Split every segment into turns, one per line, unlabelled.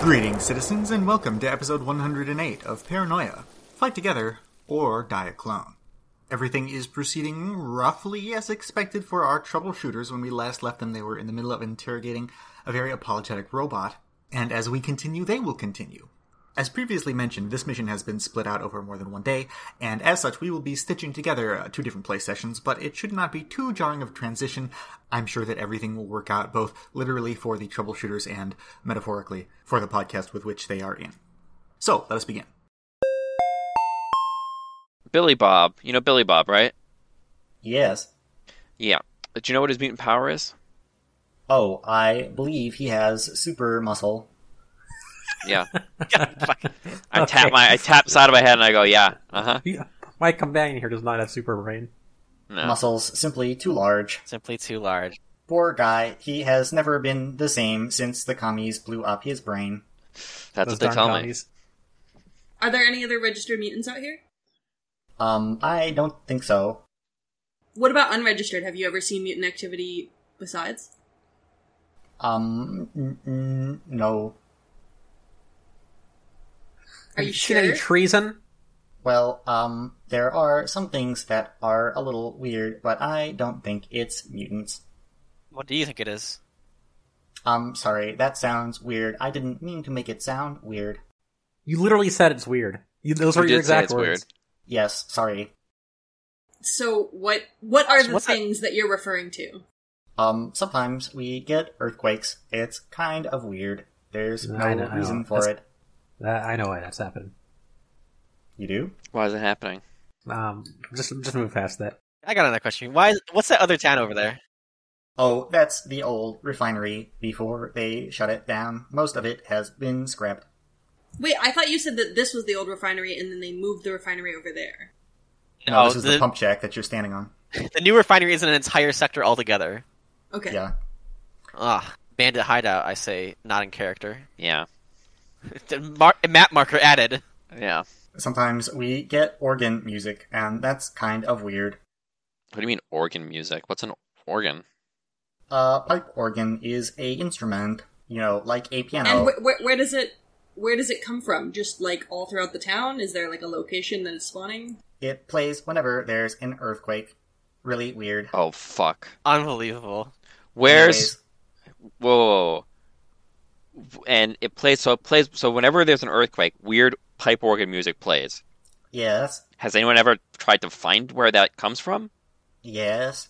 Greetings, citizens, and welcome to episode 108 of Paranoia Fight Together or Die a Clone. Everything is proceeding roughly as expected for our troubleshooters. When we last left them, they were in the middle of interrogating a very apologetic robot, and as we continue, they will continue. As previously mentioned, this mission has been split out over more than one day, and as such, we will be stitching together uh, two different play sessions, but it should not be too jarring of a transition. I'm sure that everything will work out, both literally for the troubleshooters and metaphorically for the podcast with which they are in. So, let us begin.
Billy Bob. You know Billy Bob, right?
Yes.
Yeah. Do you know what his mutant power is?
Oh, I believe he has super muscle.
Yeah. Fuck. I tap my I tap the side of my head and I go, yeah. Uh huh.
Yeah, my companion here does not have super brain.
No.
Muscles simply too large.
Simply too large.
Poor guy, he has never been the same since the commies blew up his brain.
That's
Those
what they
darn
tell me.
commies.
Are there any other registered mutants out here?
Um, I don't think so.
What about unregistered? Have you ever seen mutant activity besides?
Um, n- n- no.
Are you
seen any
sure?
treason?
Well, um, there are some things that are a little weird, but I don't think it's mutants.
What do you think it is?
Um, sorry, that sounds weird. I didn't mean to make it sound weird.
You literally said it's weird. You, those
You
were your
did say
exact
it's
words.
weird.
Yes, sorry.
so what what are
So
the
what's that-
things that you're referring to?
Um, sometimes we get earthquakes. It's kind of weird. There's no
I know, I
reason
know.
for
That's-
it.
That- I know why that's happened.
You do?
Why is it happening?
Um, just just move past that.
I got another question. Why? Is, what's that other town over there?
Oh, that's the old refinery before they shut it down. Most of it has been scrapped.
Wait, I thought you said that this was the old refinery and then they moved the refinery over there.
No, Oh, this is the...
Oh, the,
pump jack that you're standing on.
the new refinery is an entire sector altogether.
Okay.
Yeah.
Ah, bandit hideout. I say, not in character.
Yeah.
The Mar- map marker added.
Yeah.
Sometimes we get organ music, and that's kind of weird.
What do you mean organ music? What's an organ?
Uh, pipe organ is a instrument, you know, like a piano.
And wh- wh- where does it where does it come from? Just like all throughout the town? Is there like a location that it's spawning?
It plays whenever there's an earthquake. Really weird.
Oh fuck.
Unbelievable.
Where's whoa, whoa, whoa. And it plays so it plays so whenever there's an earthquake, weird pipe organ music plays.
Anyways, yes,
Has anyone ever tried to find where that comes from?
yes,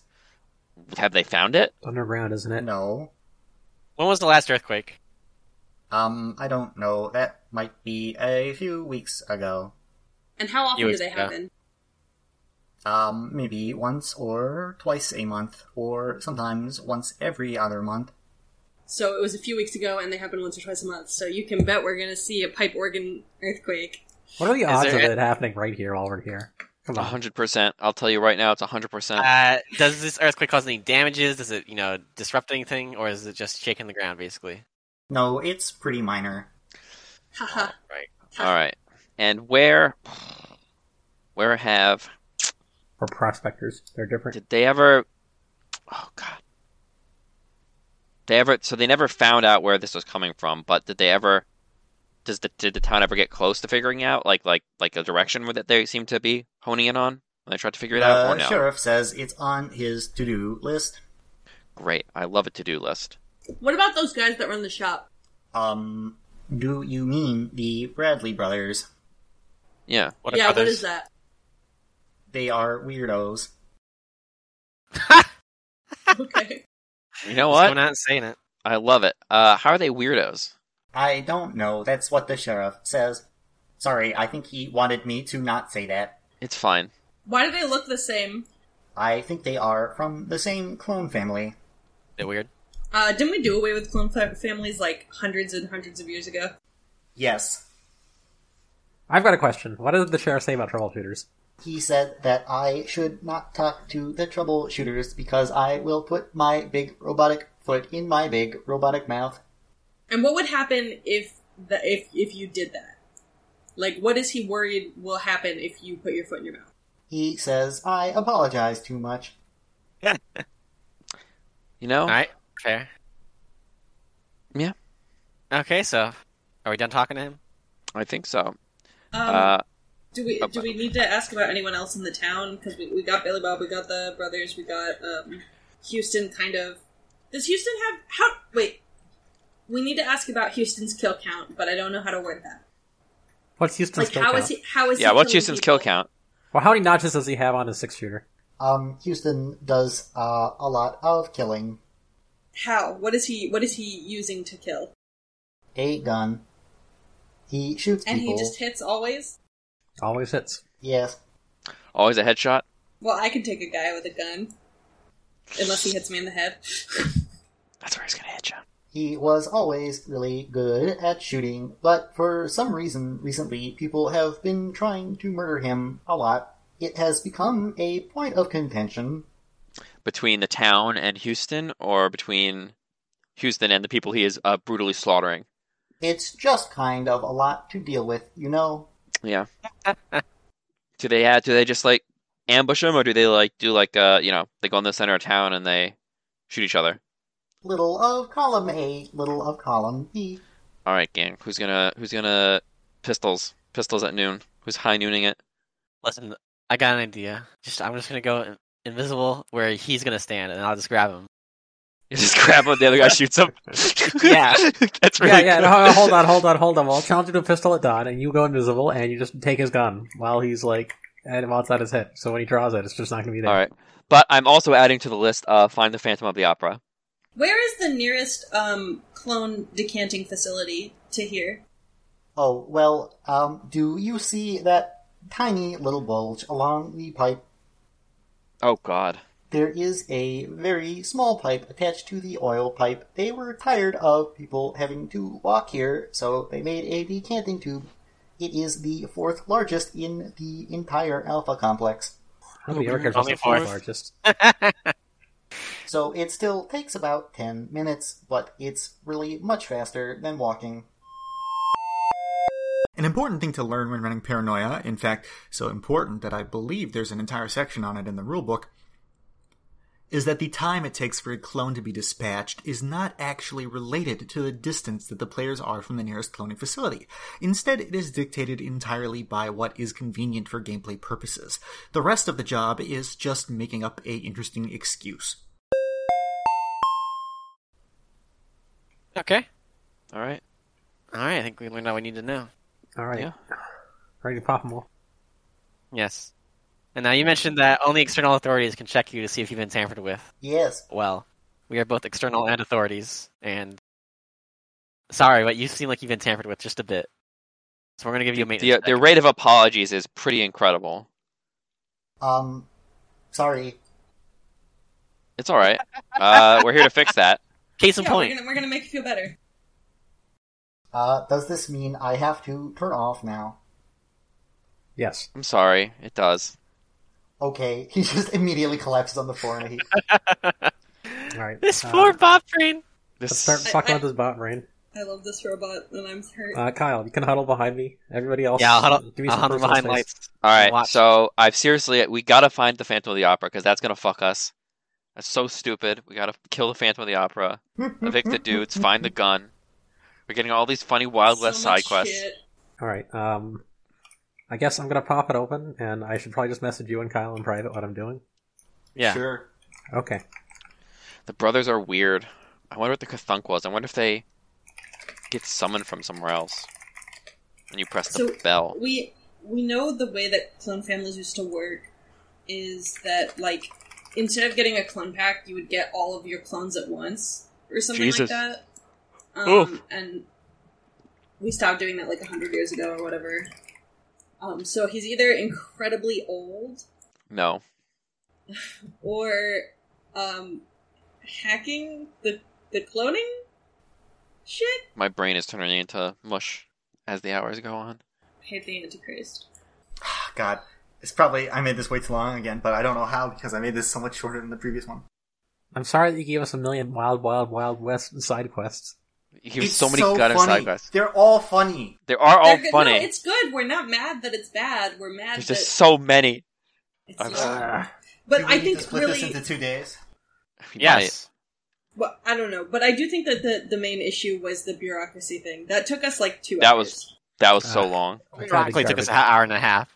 Have they found it?
Underground, isn't it?
no.
When was the last earthquake?
Um, I don't know. That might be a few weeks ago.
And how often
You-
do they
yeah.
happen?
Um, maybe once or twice a month, or sometimes once every other month.
So it was a few weeks ago and they happen once or twice a month. So you can bet we're going to see a pipe organ earthquake.
What are the odds
there
of
a-
it happening right here while we're here? Come on.
hundred percent. I'll tell you right now, it's hundred percent.
Uh, does this earthquake cause any damages? Does it, you know, disrupt anything, or is it just shaking the ground basically?
No, it's pretty minor.
Haha.
Right.
All right. And where, where have
Or prospectors. They're different.
did they ever? Oh god. They ever? So they never found out where this was coming from. But did they ever? Does the did the town ever get close to figuring out like like like a direction where that they seem to be honing in on when they tried to figure it out?
The
Or no?
sheriff says it's on his to-do list.
Great. I love a to do list.
What about those guys that run the shop?
Um, do you mean the Bradley brothers?
Yeah.
What
yeah,
about
what is that?
They are weirdos.
Okay.
You know
What?
what?
I'm not saying it.
I love it. Uh, how are they weirdos?
I don't know. That's what the sheriff says. Sorry, I think he wanted me to not say that.
It's fine.
Why do they look the same?
I think they are from the same clone family.
They're weird.
Uh, didn't we do away with clone fa- families like hundreds and hundreds of years ago?
Yes.
I've got a question. What did the sheriff say about troubleshooters?
He said that I should not talk to the troubleshooters because I will put my big robotic foot in my big robotic mouth.
And what would happen if the, if if you did that? Like, what is he worried will happen if you put your foot in your mouth?
He says I apologize too much.
You know?
All right. Fair.
Yeah.
Okay, so Are we done talking to him?
I think so.
Um,
uh,
do we
oh,
do we need to ask about anyone else in the town? Because we, we got Billy Bob, we got the brothers, we got um, Houston. Kind of. Does Houston have how? Wait, we need to ask about Houston's kill count, but I don't know how to word that.
What's Houston's
Like,
kill
how is
count?
he? How is
yeah,
He
what's
killing
Houston's
people?
kill count?
Well, how many notches does he have on his six shooter?
Um, Houston does uh, a lot of killing.
How? What is he? What is he using to kill?
A gun. He shoots
And
people.
he just hits always.
Always hits.
Yes.
Always a headshot.
Well, I can take a guy with a gun, unless he hits me in the head.
That's where he's gonna hit you.
He was always really good at shooting, but for some reason recently people have been trying to murder him a lot. It has become a point of contention.
Between the town and Houston, or between Houston and the people he is uh, brutally slaughtering.
It's just kind of a lot to deal with, you know.
Yeah. do they uh, do they just like ambush him, or do they like do like uh you know they go in the center of town and they shoot each other?
Little of column A, little of column B.
All right, gang. Who's gonna who's gonna pistols pistols at noon? Who's high nooning it?
Listen, I got an idea. Just I'm just gonna go in- invisible where he's gonna stand, and I'll just grab him.
You just grab him. The other guy shoots him.
Yeah.
that's really
yeah, yeah.
good.
No, hold on, hold on, hold on. Well, I'll challenge him to a pistol at dawn, and you go invisible, and you just take his gun while he's like, and while it's at his head. So when he draws it, it's just not going to be there.
All right, but I'm also adding to the list. Uh, find the Phantom of the Opera.
Where is the nearest um, clone decanting facility to here?
Oh, well, um, do you see that tiny little bulge along the pipe?
Oh God.
There is a very small pipe attached to the oil pipe. They were tired of people having to walk here, so they made a decanting tube. It is the fourth largest in the entire Alpha complex.
Nobody ever cares
Only
about
fourth.
the largest.
So it still takes about 10 minutes, but it's really much faster than walking.
An important thing to learn when running Paranoia, in fact, so important that I believe there's an entire section on it in the rulebook, is that the time it takes for a clone to be dispatched is not actually related to the distance that the players are from the nearest cloning facility. Instead, it is dictated entirely by what is convenient for gameplay purposes. The rest of the job is just making up a interesting excuse.
Okay.
All right.
All right. I think we learned all we need to know.
All right.
Yeah.
Ready to pop them all.
Yes. And now you mentioned that only external authorities can check you to see if you've been tampered with.
Yes,
Well, we are both external and authorities, and sorry, but you seem like you've been tampered with just a bit. So we're gonna give you a
the
maintenance.
the
check.
rate of apologies is pretty incredible.
um, sorry.
It's all right. Uh, we're here to fix that.
Case in
yeah,
point.
We're gonna, we're gonna make you feel better.
Uh, does this mean I have to turn off now?
Yes.
I'm sorry. It does.
Okay, he just immediately collapses on the floor and he
All right.
This
uh,
poor Bob train.
Let's
This
start talking
I-
about this bot brain.
I love this robot, and I'm hurt.
Uh, Kyle, you can huddle behind me. Everybody else,
Yeah, I'll huddle,
give me
I'll
some
huddle
personal
behind
space.
lights.
all right.
Watch.
So I've seriously we gotta find the Phantom of the Opera because that's gonna fuck us. That's so stupid. We gotta kill the Phantom of the Opera, evict the dudes, find the gun. We're getting all these funny Wild
So
West
much
side quests.
shit.
All right. Um, I guess I'm gonna pop it open, and I should probably just message you and Kyle in private what I'm doing.
Yeah.
Sure.
Okay.
The brothers are weird. I wonder what the Kathunk was. I wonder if they get summoned from somewhere else. And you press the
So-
bell.
We we know the way that clone families used to work is that like instead of getting a clone pack, you would get all of your clones at once or something
Jesus.
like that. Um,
Oof.
And we stopped doing that like a hundred years ago or whatever. Um, so he's either incredibly old
No.
or um, hacking the the cloning shit.
My brain is turning into mush as the hours go on.
I hate the Antichrist.
Ah, God, it's probably, I made this way too long again, but I don't know how because I made this so much shorter than the previous one.
I'm sorry that you gave us a million wild, wild, wild west side quests.
You give so many gutted
funny.
side quests.
They're all funny.
They are all
They're good-
funny.
No, it's good. We're not mad that it's bad. We're mad
There's
that
just so many.
it's
I'm
not.
sorry.
But
Do we
I
need to
think
split
really,
this into two days.
We
Yes.
Well, I don't know, but I do think that the the main issue was the bureaucracy thing that took us like two.
That
hours.
was that was so
Ah.
long.
That's
Broccoli took us an hour and a half.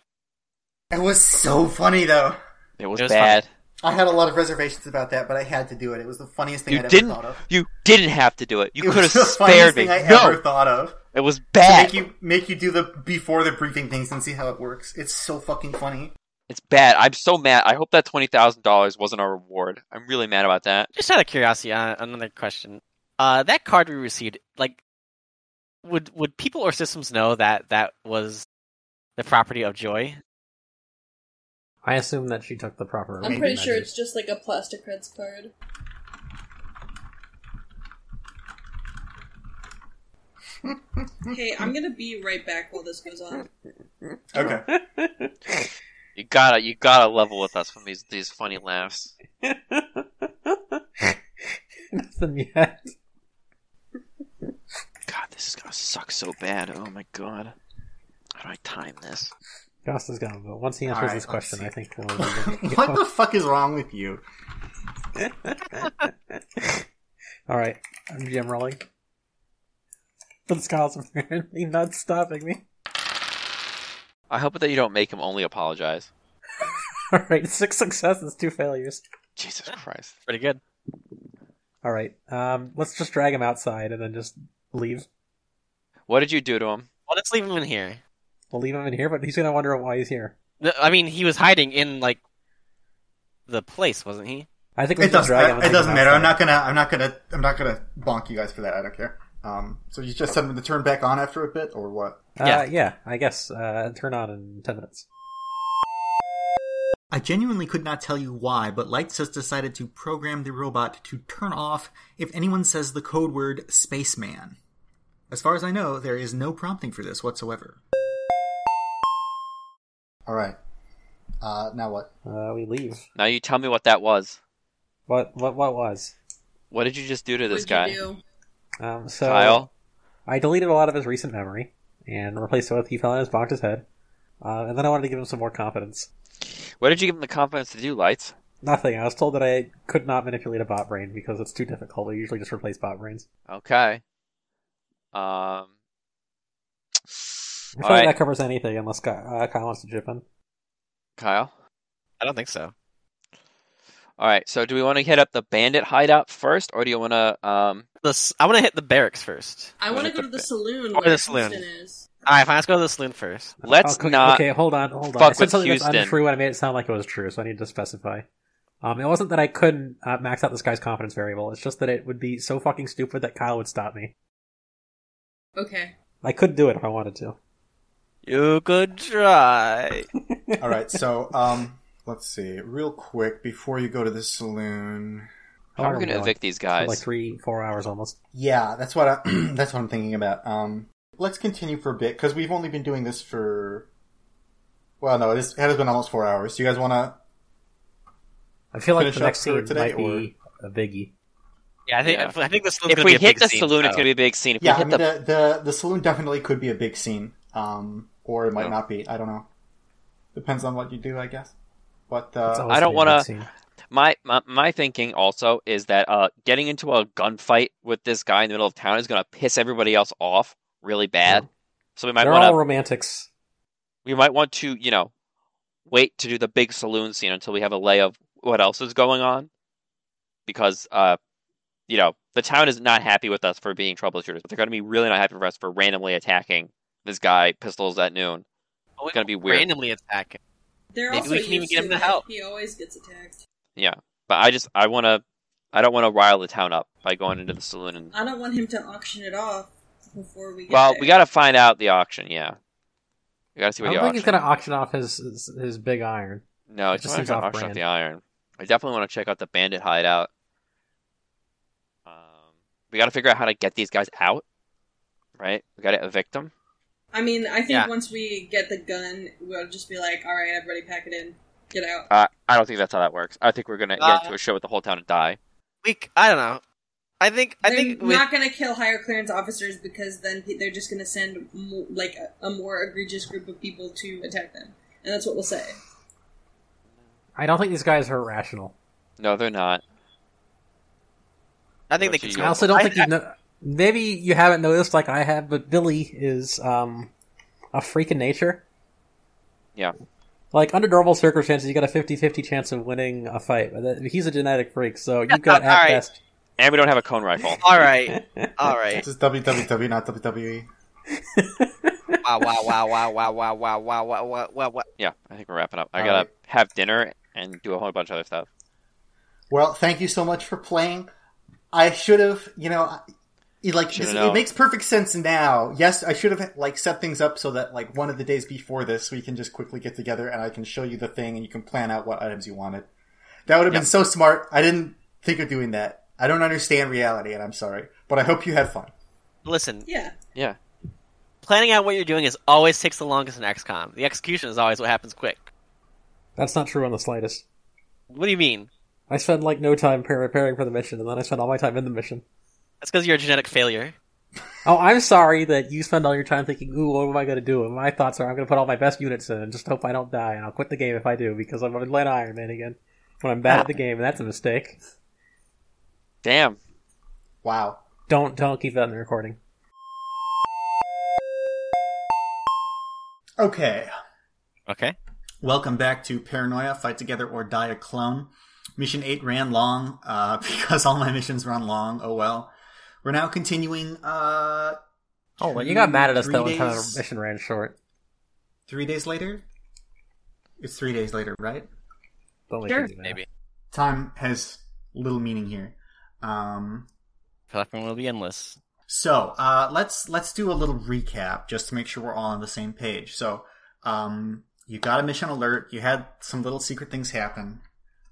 It was so funny though.
It was,
It was
bad.
I had a lot of reservations about that, but I had to do it. It was the funniest thing
You
I'd
didn't.
ever thought of.
You didn't have to do it. You
It
could have
was the funniest
spared me.
thing I
no,
ever thought of.
it was
To
bad.
make you make you do the before the briefing things and see how it works. It's so fucking funny.
It's bad. I'm so mad. I hope that twenty thousand dollars wasn't our reward. I'm really mad about that.
Just out of curiosity, uh, another question. Uh, that card we received, like, would would people or systems know that that was the property of Joy?
I assume that she took the proper.
I'm pretty sure it's just like a plastic reds card. hey, I'm gonna be right back while this goes on.
Okay.
You gotta you gotta level with us from these these funny laughs.
nothing yet.
God, this is gonna suck so bad. Oh my god. How do I time this?
Goss is gone, but once he answers
Alright,
this
let's
question,
see.
I think we'll.
what the fuck is wrong with you?
All right, I'm GM rolling. But Scott's apparently not stopping me.
I hope that you don't make him only apologize.
All right, six successes, two failures.
Jesus Christ.
Pretty good.
All right, um, let's just drag him outside and then just leave.
What did you do to him?
Well, let's leave him in here.
We'll leave him in here, but he's gonna wonder why he's here.
The- I mean, he was hiding in like the place, wasn't he?
I think we
It
should just
doesn't.
drag him. and
It
leave
doesn't
him
matter. I'm
outside.
not gonna. I'm not gonna. I'm not gonna bonk you guys for that. I don't care. Um. So you just send them to turn back on after a bit, or what?
Uh, yeah, I guess. Uh, turn on in ten minutes.
I genuinely could not tell you why, but Lights has decided to program the robot to turn off if anyone says the code word spaceman. As far as I know, there is no prompting for this whatsoever.
All right. Uh. Now what?
Uh, we leave.
Now you tell me what that was.
What? What? What was?
What did you just do to this
What'd
guy?
You do?
Um, so
Kyle?
I deleted a lot of his recent memory and replaced it with he fell on his bonked his head, uh, and then I wanted to give him some more confidence.
What did you give him the confidence to do, Lights?
Nothing. I was told that I could not manipulate a bot brain because it's too difficult. I usually just replace bot brains.
Okay. Um
I feel
All right,
like that covers anything unless Ky- uh, Kyle wants to chip in.
Kyle.
I don't think so.
All right, so do we want to hit up the bandit hideout first, or do you want to? Um,
The s- I want to hit the barracks first.
I want to go to the saloon where
the
the
saloon.
is.
All right, fine. Let's go to the saloon first.
let's
Oh, okay,
not.
Okay, hold on, hold on.
fuck
I said
with
something that's
Houston.
untrue, and I made it sound like it was true, so I need to specify. Um, it wasn't that I couldn't uh, max out this guy's confidence variable. It's just that it would be so fucking stupid that Kyle would stop me.
Okay.
I could do it if I wanted to.
You could try.
All right. So um. Let's see. Real quick before you go to the saloon.
How are we
long
going
are
to
we
evict these
For
guys?
like three, four hours almost.
Yeah. That's what. I, that's what I'm thinking about. Um. Let's continue for a bit because we've only been doing this for. Well, no. This it has been almost four hours. Do you guys want to?
I feel like
Finish
the
up
next
for
scene
today,
might be a biggie.
Yeah, I think
Yeah.
I think the saloon.
if we hit the saloon, it's going to be a big scene. If
Yeah,
we
I
hit
mean,
the,
the, the the saloon definitely could be a big scene, um, or it might
Yeah.
not be. I don't know. Depends on what you do, I guess. But
It's
uh,
always
I don't
gonna be a
wanna-
big scene.
my, my my thinking also is that uh, getting into a gunfight with this guy in the middle of town is going to piss everybody else off really bad. So we might
They're
want to
all romantics.
we might want to you know wait to do the big saloon scene until we have a lay of what else is going on, because uh, you know the town is not happy with us for being troubleshooters. They're going to be really not happy with us for randomly attacking this guy pistols at noon.
It's
gonna be weird.
Randomly attacking.
They're
Maybe
also
we can even
used
get him
to
to
that.
help.
He always gets attacked.
But I just I want to I don't want to rile the town up by going into the saloon and
I don't want him to auction it off before we get
well
there.
we got to find out the auction. Yeah, we got to see
I
what
don't
the
think
auction.
he's gonna auction off his his, his big iron.
no,
it
I
just
just want
seems
to auction off
off-brand.
the iron. I definitely want to check out the bandit hideout. Um, we got to figure out how to get these guys out. Right, we got to evict them.
I mean, I think
Yeah.
once we get the gun, we'll just be like, all right, everybody pack it in. Get out.
Uh, I don't think that's how that works. I think we're gonna
Uh,
get into a show with the whole town and die.
We c- I don't know. I think I
they're
think with,
not going to kill higher clearance officers because then pe- they're just going to send mo- like a, a more egregious group of people to attack them, and that's what we'll say.
I don't think these guys are rational.
No, they're not.
I think
Which
they
is
can.
your-
I also don't think you know. Maybe you haven't noticed like I have, but Billy is um, a freak in nature.
Yeah.
Like under normal circumstances, you got a 50-50 chance of winning a fight. But that- he's a genetic freak, so you've got at
Alright.
best.
And we don't have a cone rifle.
All right, all right.
This is WWW, not
E?
WWE.
Wow, wow, wow, wow, wow, wow, wow, wow, wow, wow, wow, wow.
Yeah, I think we're wrapping up. I
All
gotta
right.
have dinner and do a whole bunch of other stuff.
Well, thank you so much for playing. I should have, you know, I- it, like
Should've
this,
known.
it makes perfect sense now. Yes, I should have like set things up so that like one of the days before this, we can just quickly get together and I can show you the thing and you can plan out what items you wanted. That would have been so smart. I didn't think of doing that. I don't understand reality, and I'm sorry, but I hope you had fun.
Listen,
Yeah.
Yeah.
planning out what you're doing is always takes the longest in XCOM. The execution is always what happens quick.
That's not true on the slightest.
What do you mean?
I spend like no time pre- preparing for the mission, and then I spend all my time in the mission.
That's because you're a genetic failure.
Oh, I'm sorry that you spend all your time thinking, "Ooh, what am I going to do?" And my thoughts are, "I'm going to put all my best units in and just hope I don't die, and I'll quit the game if I do because I'm going to let Iron Man again when I'm bad at the game, and that's a mistake."
Damn.
Wow.
Don't don't keep that in the recording.
Okay.
Okay.
Welcome back to Paranoia Fight Together or Die a Clone. Mission 8 ran long uh, because all my missions run long. Oh well. We're now continuing uh,
Oh, well, you
Two,
got mad at us
three
that one time our
days.
mission ran short.
three days later. It's three days later, right?
Don't make
Sure.
me do that.
Maybe.
Time has little meaning here. Um,
Platform will be endless.
So uh, let's let's do a little recap just to make sure we're all on the same page. So um, you got a mission alert. You had some little secret things happen.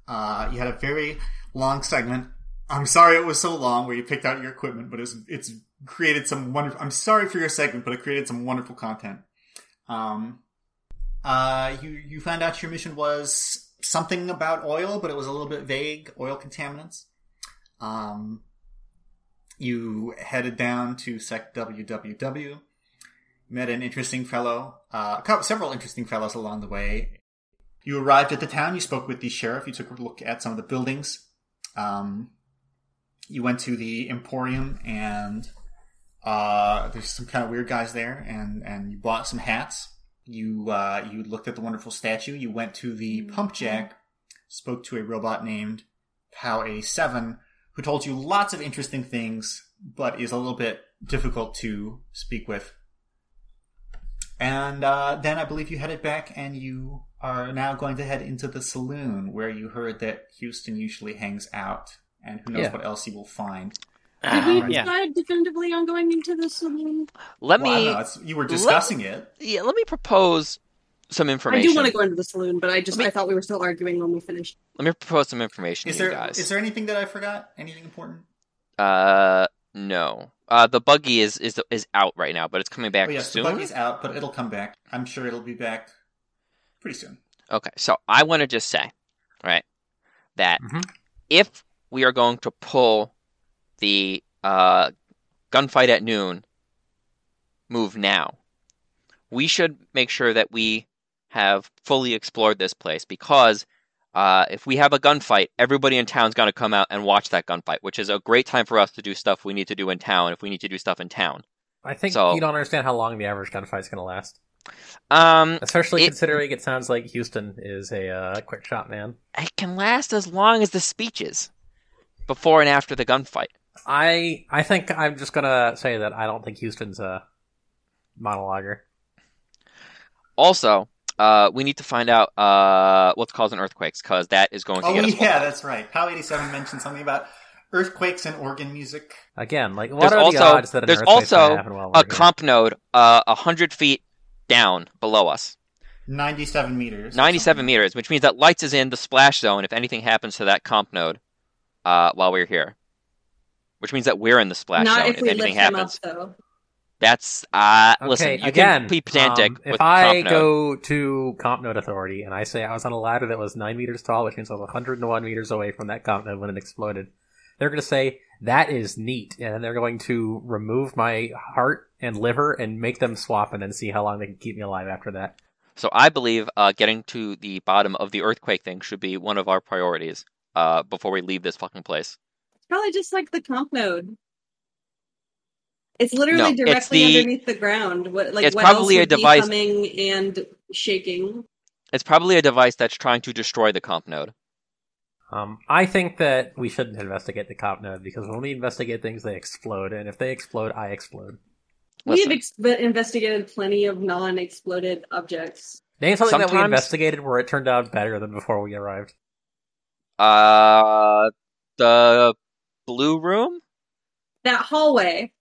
Uh, you had a very long segment. I'm sorry it was so long where you picked out your equipment, but it's it's created some wonderful. I'm sorry for your segment, but it created some wonderful content. Um, uh, you you found out your mission was something about oil, but it was a little bit vague. Oil contaminants. Um, you headed down to sec www met an interesting fellow uh, a couple, several interesting fellows along the way you arrived at the town you spoke with the sheriff you took a look at some of the buildings um, you went to the emporium and uh, there's some kind of weird guys there and, and you bought some hats you uh, you looked at the wonderful statue you went to the pump jack spoke to a robot named pow 87 who told you lots of interesting things, but is a little bit difficult to speak with. And uh, then I believe you headed back, and you are now going to head into the saloon where you heard that Houston usually hangs out, and who knows
Yeah.
what else you will find.
Ah,
Uh-huh.
we
yeah.
decide definitively on going into the saloon?
Let
Well, I don't
me
know, it's- you were discussing it.
yeah, let me propose some
I
information.
do want to go into the saloon, but I just
Wait.
I thought we were still arguing when we finished.
Let me propose some information
Is
to you
there
guys.
is there anything that I forgot? Anything important?
Uh, no. Uh, the buggy is is is out right now, but it's coming back
oh yes,
soon.
the buggy's out, but it'll come back. I'm sure it'll be back pretty soon.
Okay, so I want to just say, right, that
Mhm.
if we are going to pull the uh, gunfight at noon move now, we should make sure that we have fully explored this place because uh, if we have a gunfight, everybody in town's going to come out and watch that gunfight, which is a great time for us to do stuff we need to do in town if we need to do stuff in town.
I think
So-
you don't understand how long the average gunfight's going to last,
Um,
especially
It-
considering it sounds like Houston is a uh, quick shot man.
it can last as long as the speeches before and after the gunfight.
I I think I'm just going to say that I don't think Houston's a monologuer.
Also, uh, we need to find out uh, what's causing earthquakes because that is going to
Oh
get
yeah,
us. fucked up.
that's right. Pow 87 mentioned something about earthquakes and organ music.
Again, like what
There's
are
also-
the odds that an
there's
earthquake's gonna
also
happen while
A
we're here?
comp node uh, hundred feet down below us,
97 meters. or
ninety-seven
something.
meters, which means that lights is in the splash zone. If anything happens to that comp node uh, while we're here, which means that we're in the splash
Not
zone.
if we lift
anything
them
happens,
up, though.
that's uh,
Okay,
listen. You
again,
can be pedantic
um,
with
if I
comp node.
go to comp node authority and I say I was on a ladder that was nine meters tall, which means I was 101 meters away from that comp node when it exploded, they're going to say that is neat, and then they're going to remove my heart and liver and make them swap, and then see how long they can keep me alive after that.
So I believe uh, getting to the bottom of the earthquake thing should be one of our priorities uh, before we leave this fucking place.
Probably just like the comp node. It's literally
No, it's
directly
the-
underneath the ground. What like
It's
what
probably a
else would be
device-
coming and shaking?
It's probably a device that's trying to destroy the comp node.
Um, I think that we shouldn't investigate the comp node because when we investigate things, they explode, and if they explode, I explode.
We have
Listen.
ex- investigated plenty of non-exploded objects.
Name something that we
Sometimes-
investigated where it turned out better than before we arrived.
Uh, the blue room.
That hallway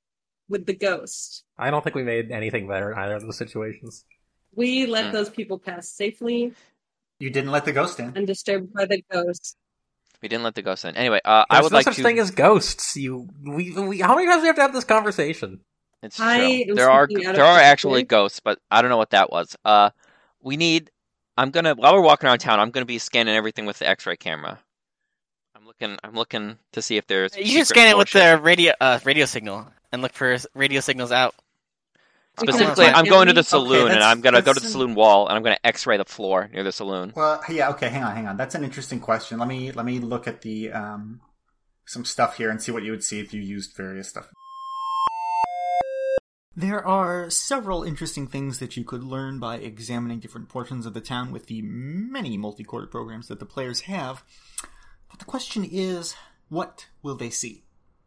with the ghost.
I don't think we made anything better in either of those situations.
We let
Hmm.
those people pass safely,
You didn't let the ghost in.
undisturbed by the ghost.
We didn't let the ghost in. Anyway, uh, I
There's
would
no
like
such
to.
thing as ghosts. You, we, we, how many times do we have to have this conversation?
It's
I
true.
am
There are
speaking out of
there are
perspective.
actually ghosts, but I don't know what that was. Uh, we need. I'm gonna while we're walking around town, I'm gonna be scanning everything with the X-ray camera. I'm looking. I'm looking to see if there's.
You should
secret
scan it with
worship.
the radio uh, radio signal and look for s- radio signals out.
the-
Specifically,
Okay,
I'm going to the
that's-
saloon, and
that's-
I'm gonna go to
that's
the
an-
saloon wall, and I'm gonna X-ray the floor near the saloon.
Well, yeah, okay, hang on, hang on. That's an interesting question. Let me let me look at the um some stuff here and see what you would see if you used various stuff. There are several interesting things that you could learn by examining different portions of the town with the many multi-court programs that the players have. But the question is, what will they see?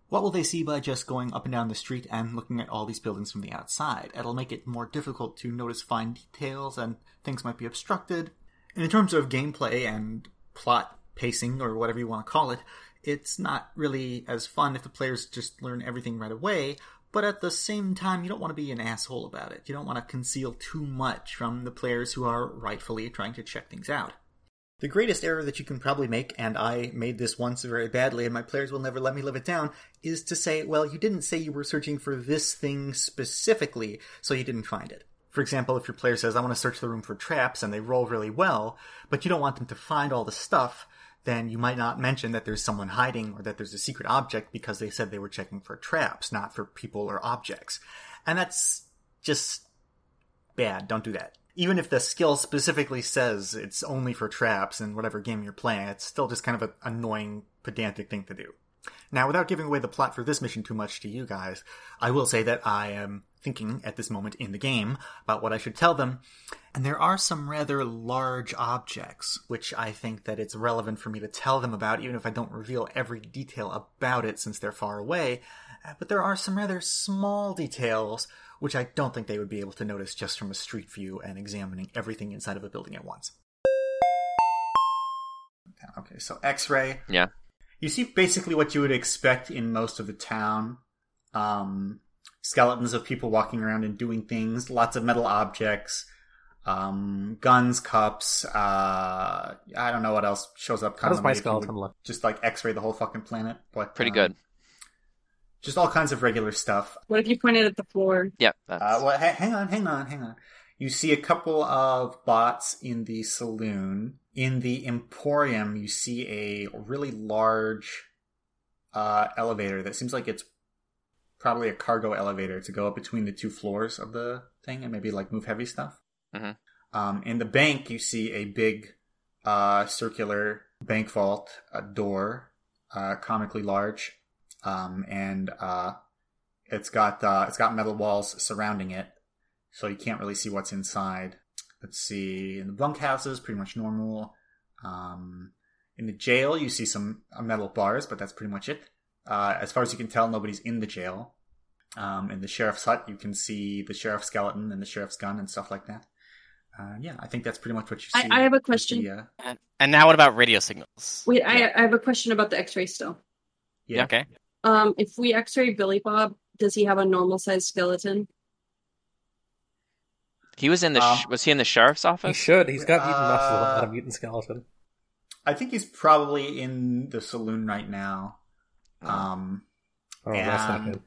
What will they see by just going up and down the street and looking at all these buildings from the outside? It'll make it more difficult to notice fine details and things might be obstructed. And in terms of gameplay and plot pacing or whatever you want to call it, it's not really as fun if the players just learn everything right away. But at the same time, you don't want to be an asshole about it. You don't want to conceal too much from the players who are rightfully trying to check things out. The greatest error that you can probably make, and I made this once very badly, and my players will never let me live it down, is to say, well, you didn't say you were searching for this thing specifically, so you didn't find it. For example, if your player says, I want to search the room for traps, and they roll really well, but you don't want them to find all the stuff, then you might not mention that there's someone hiding or that there's a secret object because they said they were checking for traps, not for people or objects. And that's just bad. Don't do that. Even if the skill specifically says it's only for traps in whatever game you're playing, it's still just kind of an annoying, pedantic thing to do. Now, without giving away the plot for this mission too much to you guys, I will say that I am thinking at this moment in the game about what I should tell them, and there are some rather large objects which I think that it's relevant for me to tell them about, even if I don't reveal every detail about it since they're far away. Uh, But there are some rather small details which I don't think they would be able to notice just from a street view and examining everything inside of a building at once. Okay, so x ray.
Yeah.
You see basically what you would expect in most of the town. Um, skeletons of people walking around and doing things, lots of metal objects, um, guns, cups. Uh, I don't know what else shows up.
How does
commonly
my
if you
skeleton
would
look?
Just like X-ray the whole fucking planet, but
Pretty
um,
good.
Just all kinds of regular stuff.
What if you pointed at the floor?
Yeah. That's...
Uh, well, ha- hang on, hang on, hang on. You see a couple of bots in the saloon. In the Emporium, you see a really large uh, elevator that seems like it's probably a cargo elevator to go up between the two floors of the thing and maybe like move heavy stuff.
Mhm.
Um, in the bank, you see a big uh, circular bank vault a door, uh, comically large, um, and uh, it's got uh, it's got metal walls surrounding it, so you can't really see what's inside. Let's see. In the bunkhouses, pretty much normal. Um, in the jail, you see some uh, metal bars, but that's pretty much it. Uh, as far as you can tell, nobody's in the jail. Um, in the sheriff's hut, you can see the sheriff's skeleton and the sheriff's gun and stuff like that. Uh, yeah, I think that's pretty much what you
I-
see.
I have a
with
question.
the, uh,
And, and now what about radio signals?
Wait, I, I have a question about the X-ray still.
yeah.
Okay.
Um, if we X-ray Billy Bob, does he have a normal sized skeleton?
he was in the. sh-
uh,
was he in the sheriff's
He
office?
should. He's got mutant muscle
Uh,
not a mutant skeleton.
I think he's probably in the saloon right now. Um,
Oh, that's not
and-
good.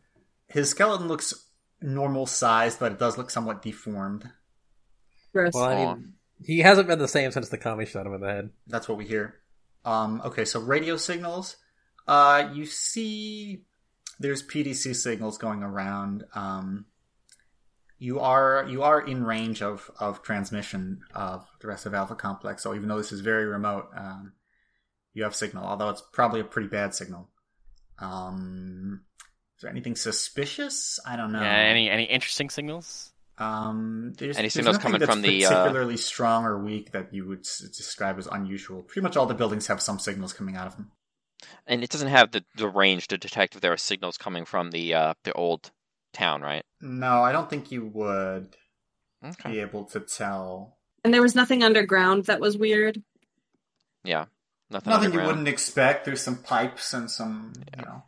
his skeleton looks normal sized, but it does look somewhat deformed.
Gross.
Well, I mean, he hasn't been the same since the commie shot him in the head.
That's what we hear. Um, okay, so radio signals. Uh, you see, there's PDC signals going around. Um, you are you are in range of of transmission of the rest of Alpha Complex. So even though this is very remote, um, you have signal. Although it's probably a pretty bad signal. Um, is there anything suspicious? I don't know.
Yeah, any any interesting signals?
Um, there's,
Any
there's
signals
nothing
coming
that's
from the, uh,
particularly strong or weak that you would s- describe as unusual. Pretty much all the buildings have some signals coming out of them.
And it doesn't have the, the range to detect if there are signals coming from the uh, the old town, right?
No, I don't think you would
Okay.
be able to tell.
And there was nothing underground that was weird.
Yeah.
Nothing
Nothing,
you
underground.
wouldn't expect. There's some pipes and some, you know.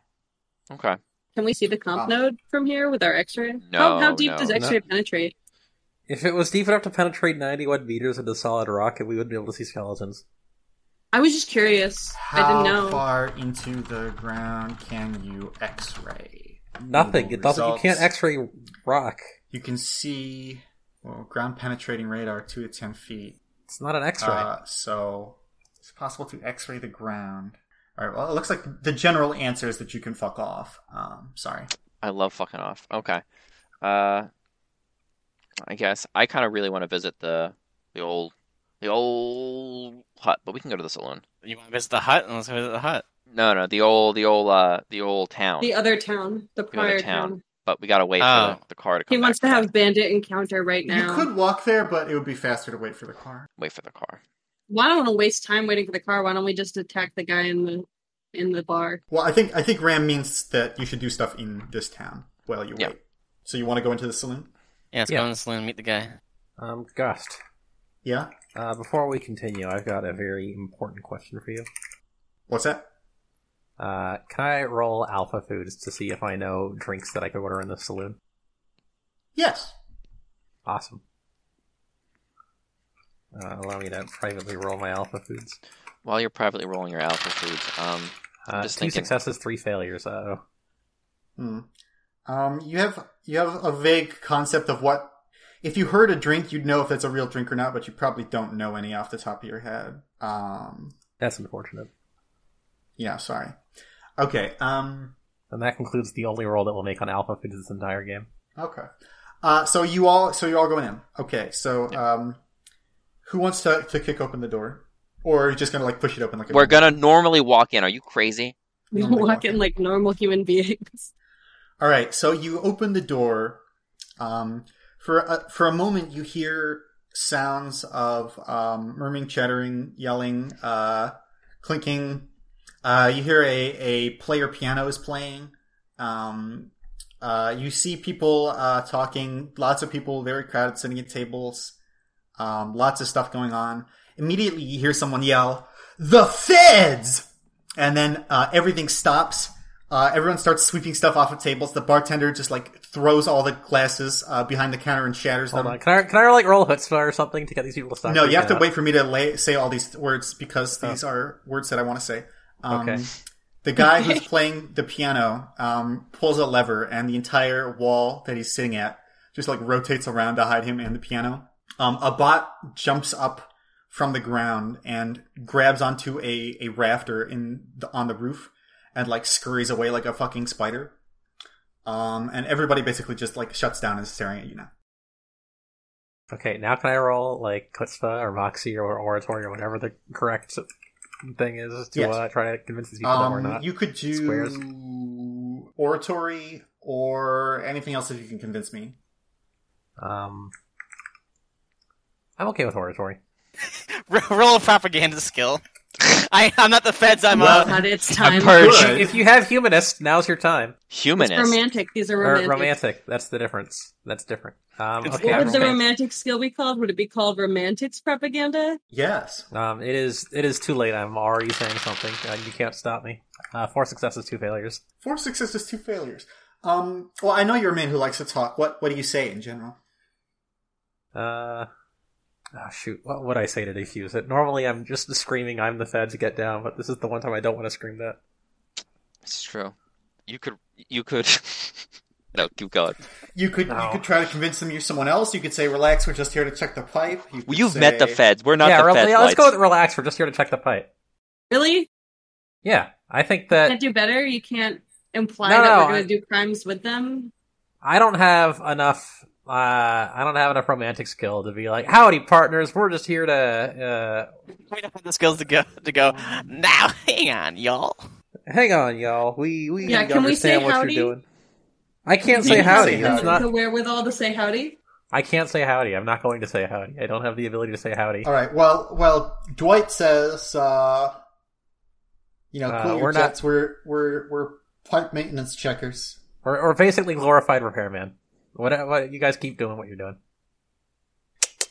Okay.
Can we see the comp
Um,
node from here with our X-ray?
No,
how, how deep
no.
does X-ray penetrate?
If it was deep enough to penetrate 91 meters into solid rock, we would be able to see skeletons.
I was just curious. I
How
didn't know.
far into the ground can you X-ray?
Nothing. It doesn't. You
Results.
can't X-ray rock.
You can see well, ground penetrating radar two to ten feet.
It's not an X-ray.
Uh, so it's possible to X-ray the ground. All right. Well, it looks like the general answer is that you can fuck off. Um, sorry.
I love fucking off. Okay. Uh I guess I kind of really want to visit the the old the old hut, but we can go to the saloon.
You want to visit the hut? Let's go visit the hut.
No, no, the old the old uh the old town.
The other town, the
other
prior
town.
town.
But we got to wait
Oh.
for the, the car to come
He wants to
back.
have bandit encounter right
You
now.
could walk there, but it would be faster to wait for the car.
wait for the car.
Why don't we waste time waiting for the car? Why don't we just attack the guy in the in the bar?
Well, I think I think Ram means that you should do stuff in this town while you
Yeah.
wait. So you want to go into the saloon?
Yeah, let's
Yeah.
go in the saloon, meet the guy.
um, Gust.
Yeah.
Uh, before we continue, I've got a very important question for you.
What's that?
Uh, can I roll Alpha Foods to see if I know drinks that I could order in the saloon?
Yes.
Awesome. Uh, allow me to privately roll my Alpha Foods.
While you're privately rolling your alpha foods, um
Uh, two
just thinking.
successes, three failures. Uh,
Hmm. Um, you have you have a vague concept of what if you heard a drink, you'd know if that's a real drink or not, but you probably don't know any off the top of your head. Um,
that's unfortunate.
yeah, sorry. Okay. Um,
And that concludes the only roll that we'll make on Alpha Foods this entire game.
okay. Uh, so you all so you're all going in. Okay. So um, who wants to to kick open the door, or are you just gonna like push it open like a
We're going to normally walk in. Are you crazy?
We
Oh my
walk
God.
in like normal human beings.
All right, so you open the door. Um, for a, for a moment, you hear sounds of um, murmuring, chattering, yelling, uh, clinking. Uh, you hear a, a player piano is playing. Um, uh, you see people uh, talking. Lots of people, very crowded, sitting at tables. Um, lots of stuff going on. Immediately, you hear someone yell, "The feds!" and then uh, everything stops. Uh, everyone starts sweeping stuff off of tables. The bartender just like throws all the glasses uh, behind the counter and shatters
Hold
them.
on. Can I, can I like roll chutzpah or something to get these people to stop?
Um, No, you have to
freaking out?
wait for me to lay, say all these words because these are words that I want to say. Um,
Okay.
The guy who's playing the piano um, pulls a lever, and the entire wall that he's sitting at just like rotates around to hide him and the piano. Um, a bot jumps up from the ground and grabs onto a, a rafter in the, on the roof and like scurries away like a fucking spider. Um, and everybody basically just like shuts down and is staring at you now.
Okay, now can I roll like chutzpah or moxie or oratory or whatever the correct thing is to
Yes.
uh, try to convince these people that we're
Um,
not?
you could do
squares.
oratory or anything else if you can convince me.
Um, I'm okay with oratory.
R- roll a propaganda skill. I, I'm not the feds. I'm
Well,
uh,
But it's time.
purged.
Good.
If you have humanist, now's your time.
It's
Humanist.
romantic. These are
Or
romantic.
romantic. That's the difference. That's different. Um,
It's
okay,
What
I
would the
rolled-
romantic skill be called? Would it be called romantics propaganda?
Yes.
um, it is. It is too late. I'm already saying something. Uh, you can't stop me. Uh, four successes, two failures.
Four successes, two failures. Um, well, I know you're a man who likes to talk. What What do you say in general?
Uh, oh shoot, what would I say to defuse it? Normally, I'm just screaming, "I'm the feds, get down!" But this is the one time I don't want to scream that.
It's true. You could you could No, keep going.
You could
No.
you could try to convince them you're someone else. You could say, "Relax, we're just here to check the pipe." You could
You've
say-
met the feds. We're not
yeah,
the
re-
feds.
yeah, let's go
lights.
with relax. We're just here to check the pipe.
Really?
Yeah, I think
Can't
that
do better. You can't imply
No,
that
no,
we're going
I-
to do crimes with them.
I don't have enough. Uh, I don't have enough romantic skill to be like, "Howdy, partners. We're just here to."
we don't have the skills to go to go. Now, hang on, y'all.
Uh, Hang on, y'all. We we
Yeah, can we
understand
say
what
howdy?
you're doing. I can't
You
say
can
howdy.
say
That's
howdy.
not.
the wherewithal to say howdy.
I can't say howdy. I'm not going to say howdy. I don't have the ability to say howdy.
All right. Well, well, Dwight says, uh, you know,
Uh,
cool your
we're not-
jets. We're we're we're pipe maintenance checkers.
We're, we're basically glorified repairman. What, what you guys keep doing? What you're doing?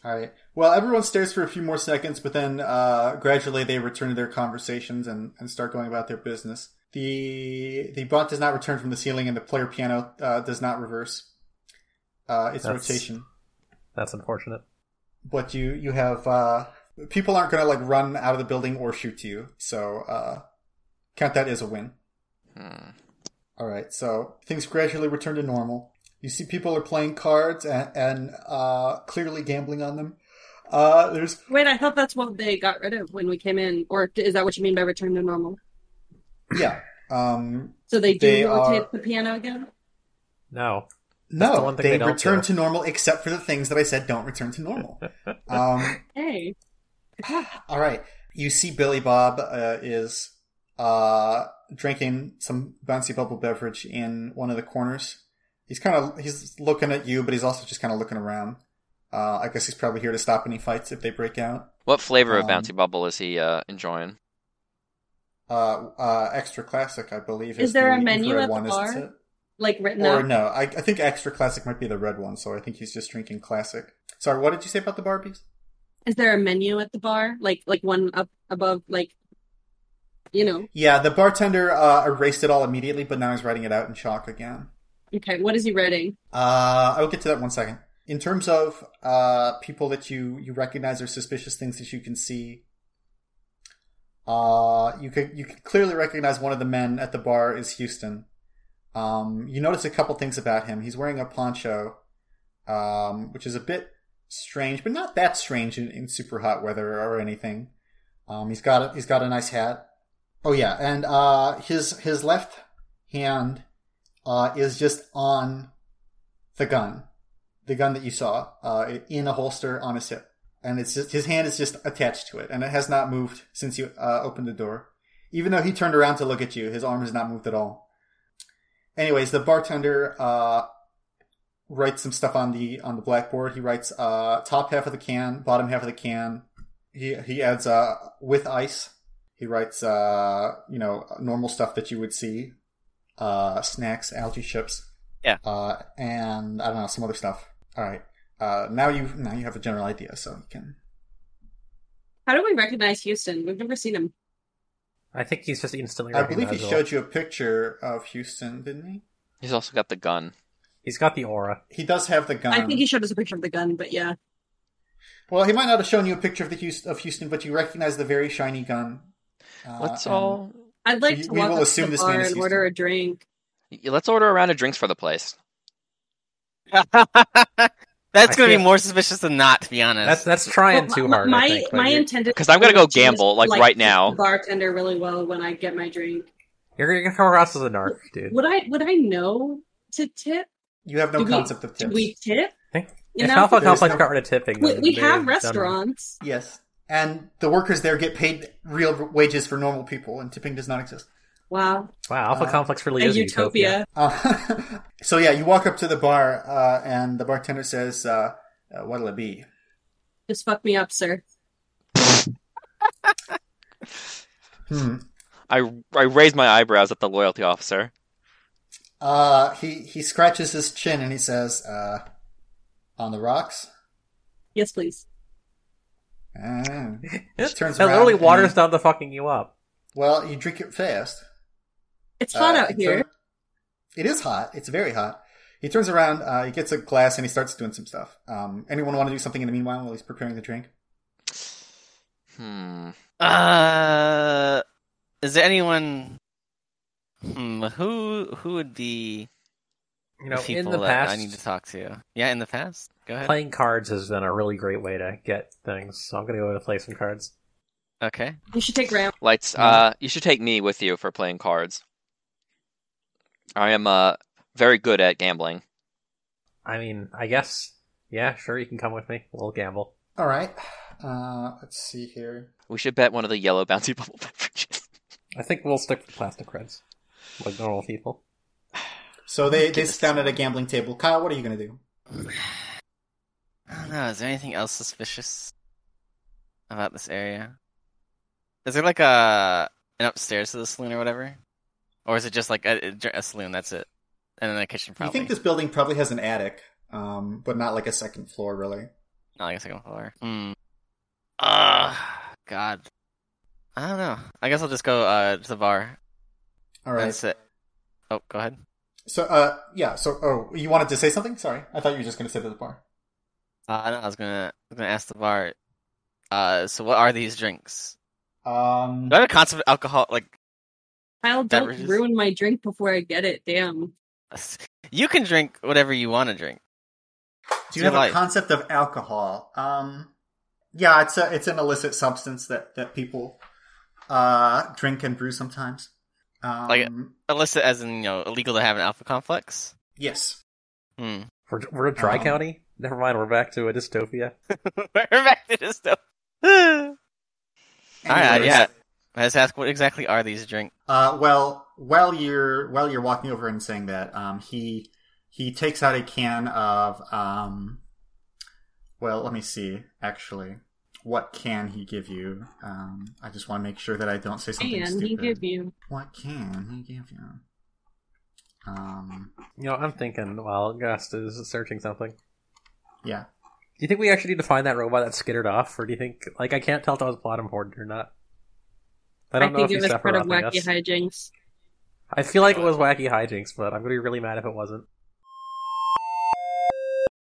All right. Well, everyone stares for a few more seconds, but then uh, gradually they return to their conversations and, and start going about their business. The the bot does not return from the ceiling, and the player piano uh, does not reverse uh, its
That's-
rotation.
That's unfortunate.
But you you have uh, people aren't going to like run out of the building or shoot you, so uh, count that as a win.
Hmm.
All right, so things gradually return to normal. You see people are playing cards and, and uh, clearly gambling on them. Uh, there's
Wait, I thought that's what they got rid of when we came in. Or is that what you mean by return to normal?
yeah. Um,
So they do
They
rotate
are-
the piano again?
No, That's the
no,
one thing
they,
they don't
return
do.
to normal except for the things that I said don't return to normal. um,
Hey.
all right, you see Billy Bob uh, is uh, drinking some bouncy bubble beverage in one of the corners. He's kind of he's looking at you, but he's also just kind of looking around. Uh, I guess he's probably here to stop any fights if they break out.
What flavor of
Um,
Bouncy Bubble is he uh, enjoying?
uh, uh, extra classic, I believe.
Is there
the
a menu
infrared
at the
one, isn't
bar?
it?
Like written
Or
out.
no, I, I think extra classic might be the red one, so I think he's just drinking classic. Sorry, what did you say about the Barbies?
Is there a menu at the bar? Like like one up above like you know.
Yeah, the bartender uh, erased it all immediately, but now he's writing it out in chalk again.
Okay, what is he writing?
Uh, I'll get to that in one second. In terms of uh, people that you you recognize or suspicious things that you can see, uh, you could you could clearly recognize one of the men at the bar is Houston. Um, you notice a couple things about him. He's wearing a poncho, um, which is a bit strange, but not that strange in, in super hot weather or anything. Um, he's got a, he's got a nice hat. Oh yeah, and uh, his his left hand uh, is just on the gun, the gun that you saw, uh, in a holster on his hip, and it's just his hand is just attached to it, and it has not moved since you uh, opened the door. Even though he turned around to look at you, his arm has not moved at all. Anyways, the bartender uh, writes some stuff on the on the blackboard. He writes uh, top half of the can, bottom half of the can. He he adds uh, with ice. He writes uh, you know normal stuff that you would see, uh, snacks, algae chips uh, and I don't know some other stuff. All right, uh, now you now you have a general idea, so you can.
How do we recognize Houston? We've never seen him.
I think he's just instantly.
I believe he
recognizable.
showed you a picture of Houston, didn't he?
He's also got the gun.
He's got the aura.
He does have the gun.
I think he showed us a picture of the gun, but yeah.
Well, he might not have shown you a picture of the Houston, of Houston, but you recognize the very shiny gun. Uh,
Let's
and-
all
I'd like
We-
to
we
walk
will
up to
assume
the
this man
bar
is
and order
Houston.
a drink.
y- let's order a round of drinks for the place.
I
That's going to
can't-
be more suspicious than not, to be honest.
That's that's trying
Well,
too
my
hard. I
my,
think, but
my
you're-
intended
'Cause I'm gonna go
was to just,
gamble, like, right now.
the bartender really well when I get my drink.
You're, you're gonna come across as a narc, dude.
Would I would I know to tip?
You have no
Do we-
concept of
Do
tips.
we tip?
Think-
You
if
know,
Alpha
There's
Complex
no-
got rid of tipping,
we,
then
we
they
have
um,
done-
restaurants.
Yes, and the workers there get paid real wages for normal people, and tipping does not exist.
Wow,
Wow, Alpha
Uh,
Complex really
a
is a
utopia.
utopia.
Uh, so yeah, you walk up to the bar, uh, and the bartender says, uh, uh, "What'll it be?"
Just fuck me up, sir.
Hmm.
I I raise my eyebrows at the loyalty officer.
Uh, he he scratches his chin and he says, uh, "On the rocks."
Yes, please.
Ah.
It
turns
literally
around
waters
and-
down the fucking you up.
Well, you drink it fast.
It's hot
Uh,
out
he
here.
turn- It is hot. It's very hot. He turns around. Uh, he gets a glass and he starts doing some stuff. Um, anyone want to do something in the meanwhile while he's preparing the drink?
Hmm.
Uh, is there anyone? Hmm, who who would be
You know,
the
in
people
the
that
past,
I need to talk to? Yeah, in the past. Go ahead.
playing cards has been a really great way to get things. So I'm gonna go to play some cards.
Okay.
You should take round.
Hmm.
Lights. Uh, you should take me with you for playing cards. I am uh very good at gambling.
I mean, I guess, yeah, sure, you can come with me. We'll gamble.
All right. Uh, let's see here.
We should bet one of the yellow bouncy bubble beverages.
I think we'll stick with plastic reds, like normal people.
So they, they sit down at a gambling table. Kyle, what are you going to do?
I don't know. Is there anything else suspicious about this area? Is there like a an upstairs to the saloon or whatever, or is it just like a, a saloon? That's it, and then a kitchen
You
probably.
think this building probably has an attic, um, but not like a second floor, really.
No, I guess I can floor. Hmm. Ah, God. I don't know. I guess I'll just go uh, to the bar
All
and
right.
sit. Oh, go ahead.
So, uh, yeah. So, oh, you wanted to say something? Sorry, I thought you were just going to sit at the bar.
Uh, no, I was gonna I was gonna ask the bar. Uh, so what are these drinks?
Um,
Do I have a concept of alcohol? Like,
Kyle, don't
Beverages.
ruin my drink before I get it. Damn.
you can drink whatever you want to drink.
do you
your
have
life.
a concept of alcohol? Um, yeah, it's a it's an illicit substance that that people uh drink and brew sometimes. Um,
Like Illicit, as in you know, illegal to have an alpha complex.
yes.
Hmm.
We're, we're a dry
Um,
county. Never mind. We're back to a dystopia.
We're back to this stuff. All right,
Anyways,
Ah, yeah. Let's ask what exactly are these drinks?
Uh, well, while you're while you're walking over and saying that, um, he he takes out a can of um, well, let me see. Actually, what can he give you? Um, I just want to make sure that I don't say something
Can
stupid.
he give you?
What can he give you? Um,
You know, I'm thinking while Gust is searching something. Do
yeah.
you think we actually need to find that robot that skittered off, or do you think like I can't tell if that was plot important or not? I don't know
think
if
it
he's
was part of
separating
wacky
us.
hijinks.
I feel like it was wacky hijinks, but I'm gonna be really mad if it wasn't.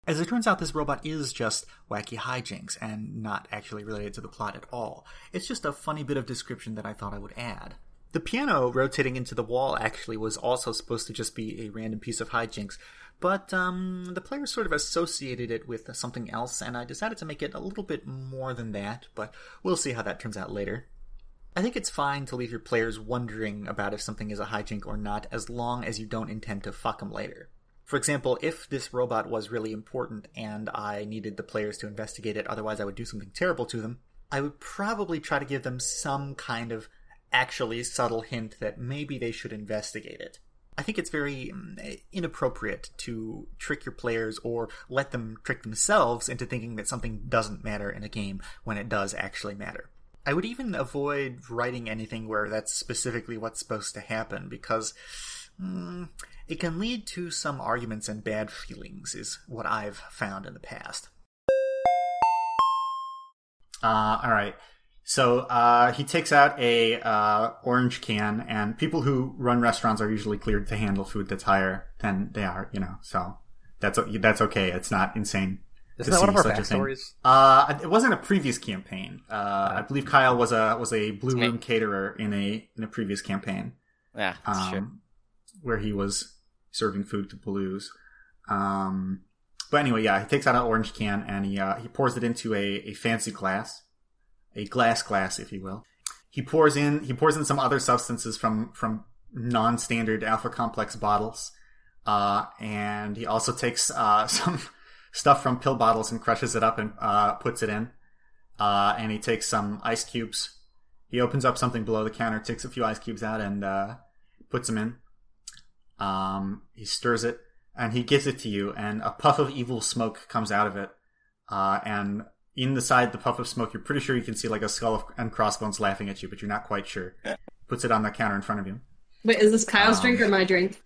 As it turns out, this robot is just wacky hijinks and not actually related to the plot at all. It's just a funny bit of description that I thought I would add. The piano rotating into the wall actually was also supposed to just be a random piece of hijinks, but um, the players sort of associated it with something else, and I decided to make it a little bit more than that, but we'll see how that turns out later. I think it's fine to leave your players wondering about if something is a hijink or not as long as you don't intend to fuck them later. For example, if this robot was really important and I needed the players to investigate it, otherwise I would do something terrible to them, I would probably try to give them some kind of actually subtle hint that maybe they should investigate it. I think it's very mm, inappropriate to trick your players or let them trick themselves into thinking that something doesn't matter in a game when it does actually matter. I would even avoid writing anything where that's specifically what's supposed to happen because mm, it can lead to some arguments and bad feelings, is what I've found in the past. Uh, all right. So uh, he takes out a uh, orange can, and people who run restaurants are usually cleared to handle food that's higher than they are, you know. So that's o- that's okay. It's not insane.
Isn't
to
that one of
see
our
such a thing.
backstories?
Uh, it wasn't a previous campaign. Uh, I believe Kyle was a was a blue
me.
room caterer in a in a previous campaign,
Yeah, that's true.
um, where he was serving food to blues. Um, but anyway, yeah, he takes out an orange can and he uh, he pours it into a, a fancy glass, a glass glass, if you will. He pours in he pours in some other substances from from non standard alpha complex bottles, uh, and he also takes uh, some stuff from pill bottles and crushes it up and uh, puts it in. Uh, and he takes some ice cubes. He opens up something below the counter, takes a few ice cubes out, and uh, puts them in. Um, he stirs it, and he gives it to you, and a puff of evil smoke comes out of it. Uh, and in the side, the puff of smoke, you're pretty sure you can see like a skull of, and crossbones laughing at you, but you're not quite sure. Puts it on the counter in front of you.
Wait, is this Kyle's
Um,
drink or my drink?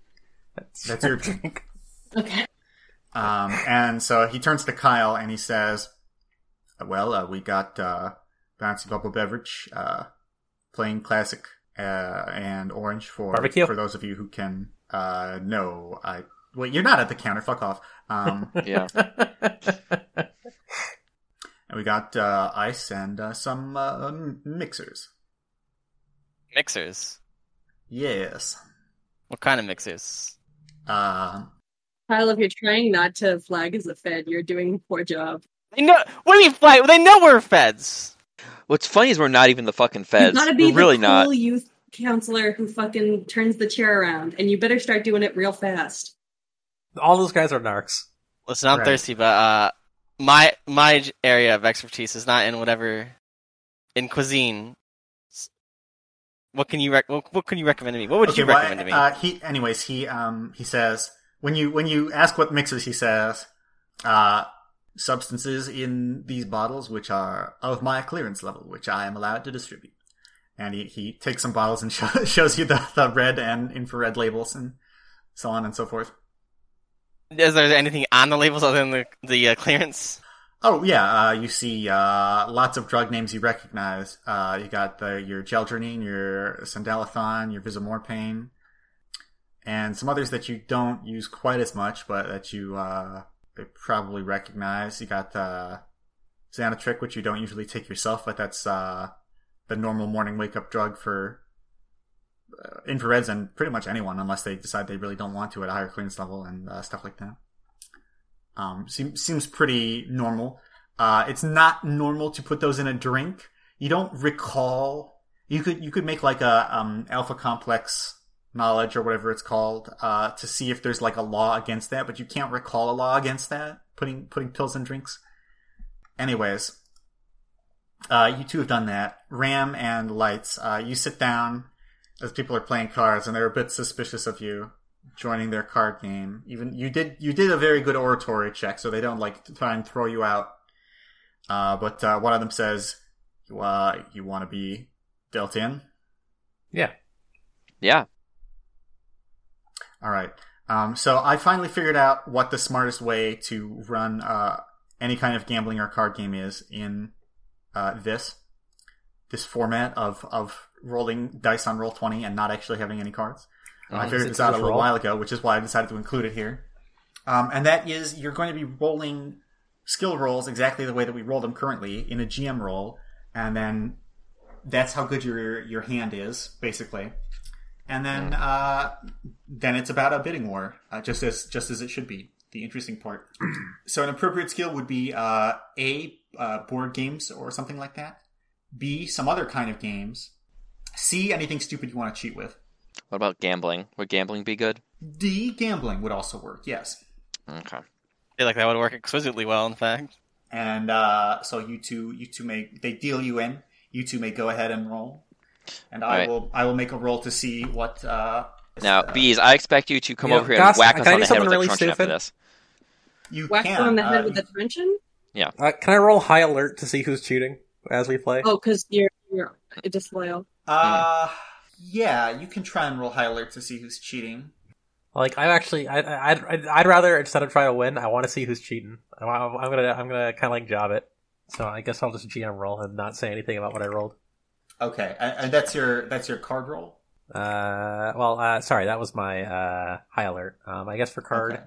That's your drink.
Okay.
Um, and so he turns to Kyle and he says, "Well, uh, we got uh, bouncy bubble beverage, uh, plain classic, uh, and orange for
Barbecue.
for those of you who can." Uh, no, I. Well, you're not at the counter. Fuck off. Um,
Yeah.
and we got uh, ice and uh, some uh, m- mixers.
Mixers.
Yes.
What kind of mixers?
Uh,
Kyle, if you're trying not to flag as a Fed, you're doing a poor job.
They know. What do you mean, fly? They know we're feds.
What's funny is we're not even the fucking
You
feds.
gotta be
we're really
the cool
not.
youth counselor who fucking turns the chair around, and you better start doing it real fast.
All those guys are narcs.
Listen, I'm
Right.
thirsty, but uh, my my j- area of expertise is not in whatever in cuisine. S- What can you rec- what, what can you recommend to me? What would
Okay,
you
well,
recommend to me?
Uh, he, anyways, he um he says when you when you ask what mixes, he says, uh, substances in these bottles which are of my clearance level, which I am allowed to distribute. And he, he takes some bottles and show, shows you the, the red and infrared labels and so on and so forth.
Is there anything on the labels other than the the uh, clearance?
Oh yeah, uh, you see uh, lots of drug names you recognize. Uh, you got the your Geldrenine, your Sandalathon, your Visomorpain, and some others that you don't use quite as much, but that you uh, probably recognize. You got uh, Xanatric, which you don't usually take yourself, but that's uh, the normal morning wake up drug for uh, infrareds and pretty much anyone, unless they decide they really don't want to at a higher clearance level and uh, stuff like that. Um, seems seems pretty normal. Uh, it's not normal to put those in a drink. You don't recall. You could you could make like a um, alpha complex knowledge or whatever it's called uh, to see if there's like a law against that, but you can't recall a law against that putting putting pills in drinks. Anyways, uh, you two have done that. Ram and Lights, uh, you sit down as people are playing cards, and they're a bit suspicious of you joining their card game. Even you did you did a very good oratory check, so they don't like to try and throw you out. Uh, but uh, one of them says, "You, uh, you want to be dealt in?
Yeah.
All right." Um, so I finally figured out what the smartest way to run uh, any kind of gambling or card game is in uh, this this format of of rolling dice on roll twenty and not actually having any cards. I
Mhm.
figured
Oh, Is it
this out a
just
little
roll?
while ago, which is why I decided to include it here. Um, and that is, you're going to be rolling skill rolls exactly the way that we roll them currently in a GM roll, and then that's how good your your hand is, basically. And
Hmm.
then uh, then it's about a bidding war, uh, just as just as it should be. The interesting part. so an appropriate skill would be uh, a uh, board games or something like that. B some other kind of games. C anything stupid you want to cheat with.
What about gambling? Would gambling be good?
D gambling would also work. Yes.
Okay.
I feel like that would work exquisitely well. In fact,
and uh, so you two you two may they deal you in you two may go ahead and roll and i
Alright.
will i will make a roll to see what uh
Now,
uh,
Bees, I expect you to come
You know,
over here
Gus,
and whack
can
us
I
on
do
the head with
something
a
really
truncheon after
stupid?
this.
you
Whack
can
them on the head
uh,
with a tension?
Uh, can I roll high alert to see who's cheating as we play?
Oh, because you're you're disloyal.
uh yeah you can try and roll high alert to see who's cheating
Like I'm actually, I, I, I'd- I'd, I'd rather instead of try to win, I want to see who's cheating. I, wa- I'm gonna, I'm gonna kind of like job it. So I guess I'll just GM roll and not say anything about what I rolled.
okay and, and that's your that's your card roll
Uh, well, uh, sorry, that was my uh high alert. Um, I guess for card,
Okay.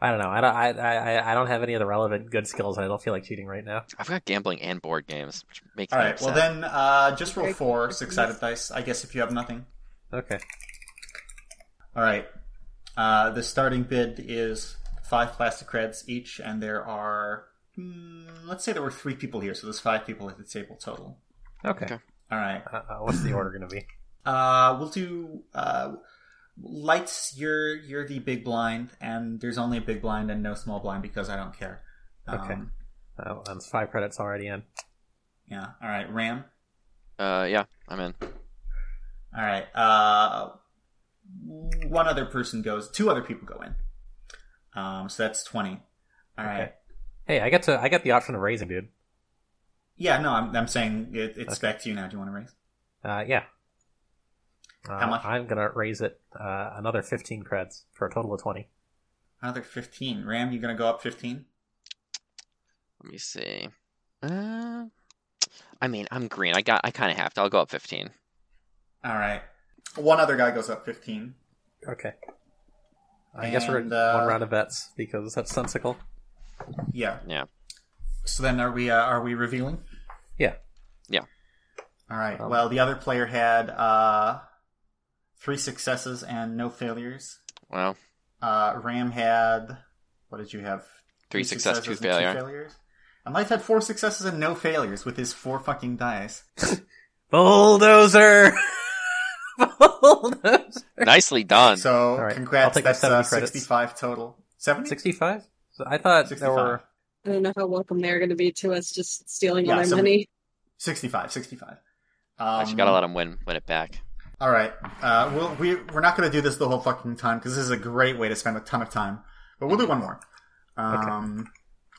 I don't know. I don't, I, I, I- I don't have any of the relevant good skills, and I don't feel like cheating right now.
I've got gambling and board games, which makes
all
me
right well
upset.
then uh just roll
Okay.
four six sided dice i guess if you have nothing
Okay,
all right uh the starting bid is five plastic reds each and there are mm, let's say there were three people here so there's five people at the table total
okay.
Okay.
All right.
Uh, uh, what's the order gonna be?
Uh, we'll do uh, lights. You're you're the big blind, and there's only a big blind and no small blind because I don't care. Um,
Okay. Oh, um, it's five credits already in.
Yeah. All right. Ram.
Uh, yeah, I'm in.
All right. Uh, one other person goes. Two other people go in. Um, so that's twenty. All right.
Okay. Hey, I get to, I get the option of raising, dude.
Yeah. No, I'm I'm saying it, it's
Okay.
back to you now. Do you want to raise?
Uh, yeah. Uh,
much?
I'm gonna raise it uh, another 15 creds for a total of 20.
Another fifteen. Ram, you gonna go up fifteen?
Let me see. Uh, I mean, I'm green. I got. I kind of have to. I'll go up 15.
All right. One other guy goes up fifteen.
Okay. I guess we're
And,
at
uh,
one round of bets because that's sensical.
Yeah.
Yeah.
So then, are we uh, are we revealing?
Yeah.
Yeah.
All right.
Um,
well, the other player had uh, three successes and no failures.
Well,
Uh, Ram had what did you have?
three success, two
successes and
failure.
failures. And Life had four successes and no failures with his four fucking dice.
Bulldozer! Bulldozer!
Nicely done.
So
All right, I'll
congrats.
take my
That's uh,
70 credits.
sixty-five total. Seventy.
65? So I thought there
65.
were.
I don't know how welcome they're going to be to us just stealing
Yeah,
all their
some-
money.
65, 65. Um,
Actually, gotta let him win. Win it back.
All right. Uh, we'll, we we're not going to do this the whole fucking time because this is a great way to spend a ton of time. But we'll do one more. Um,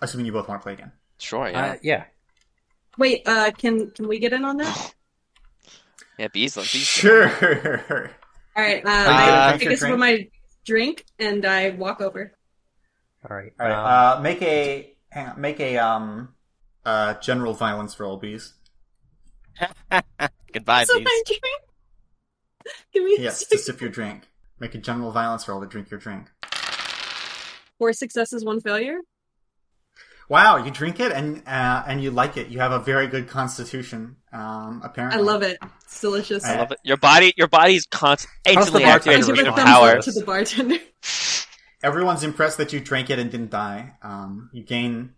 Assuming you both want to play again.
Sure, yeah.
Uh, yeah.
Wait, uh, can can we get in on that?
yeah, Beasley. Beasley.
Sure.
All right.
Uh,
Uh, I
drink
take
your
a sip of my drink and I walk over.
All right.
All right.
um,
Uh, make a hang on, make a um uh general violence roll, bees.
Goodbye,
So
bees.
my drink. Give me
Yes, to
six-
sip your drink. Make a general violence roll to drink your drink.
four successes, one failure.
Wow, you drink it and uh, and you like it. You have a very good constitution. Um,
I
apparently,
love it. It's delicious.
I
I love it. Your body, your body's constant, instantly
bartender
I
activated
give
with
a
original
your
thumbs up
power.
to the bartender.
Everyone's impressed that you drank it and didn't die. Um, you gain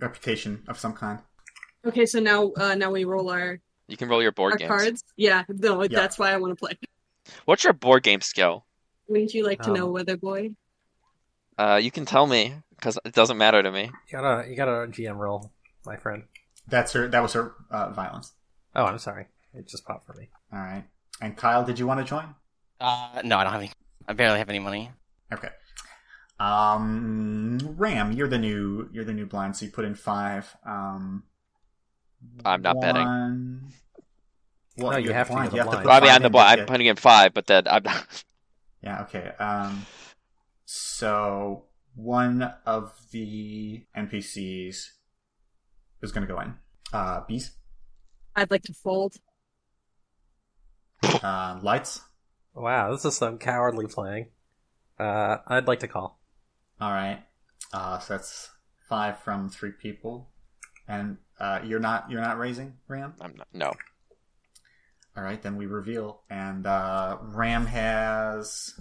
reputation of some kind.
Okay, so now uh, now we roll our,
You can roll your board
our
games.
cards. Yeah, no,
Yeah.
that's why I want to play.
What's your board game skill?
Wouldn't you like to know,
Um,
weather boy?
Uh, you can tell me because it doesn't matter to me.
you got a you got a GM roll, my friend.
That's her. That was her uh, violence.
Oh, I'm sorry. It just popped for me.
All right. And Kyle, did you want to join?
Uh, no, I don't have any. I barely have any money.
Okay. Um, Ram, you're the new you're the new blind, so you put in five. Um,
I'm not betting.
one- Well,
No, you
you're
have to,
blind.
you're
You have to
the blind.
put
Well, I mean,
five
I'm the
in
boy.
to
I'm
get-
putting in five, but then I'm not.
Yeah, okay. Um, so one of the NPCs is going to go in. Uh, bees,
I'd like to fold.
uh, lights.
Wow, this is some cowardly playing. Uh, I'd like to call.
All right. Uh, so that's five from three people, and uh, you're not you're not raising Ram.
I'm not. No.
All right, then we reveal, and uh, Ram has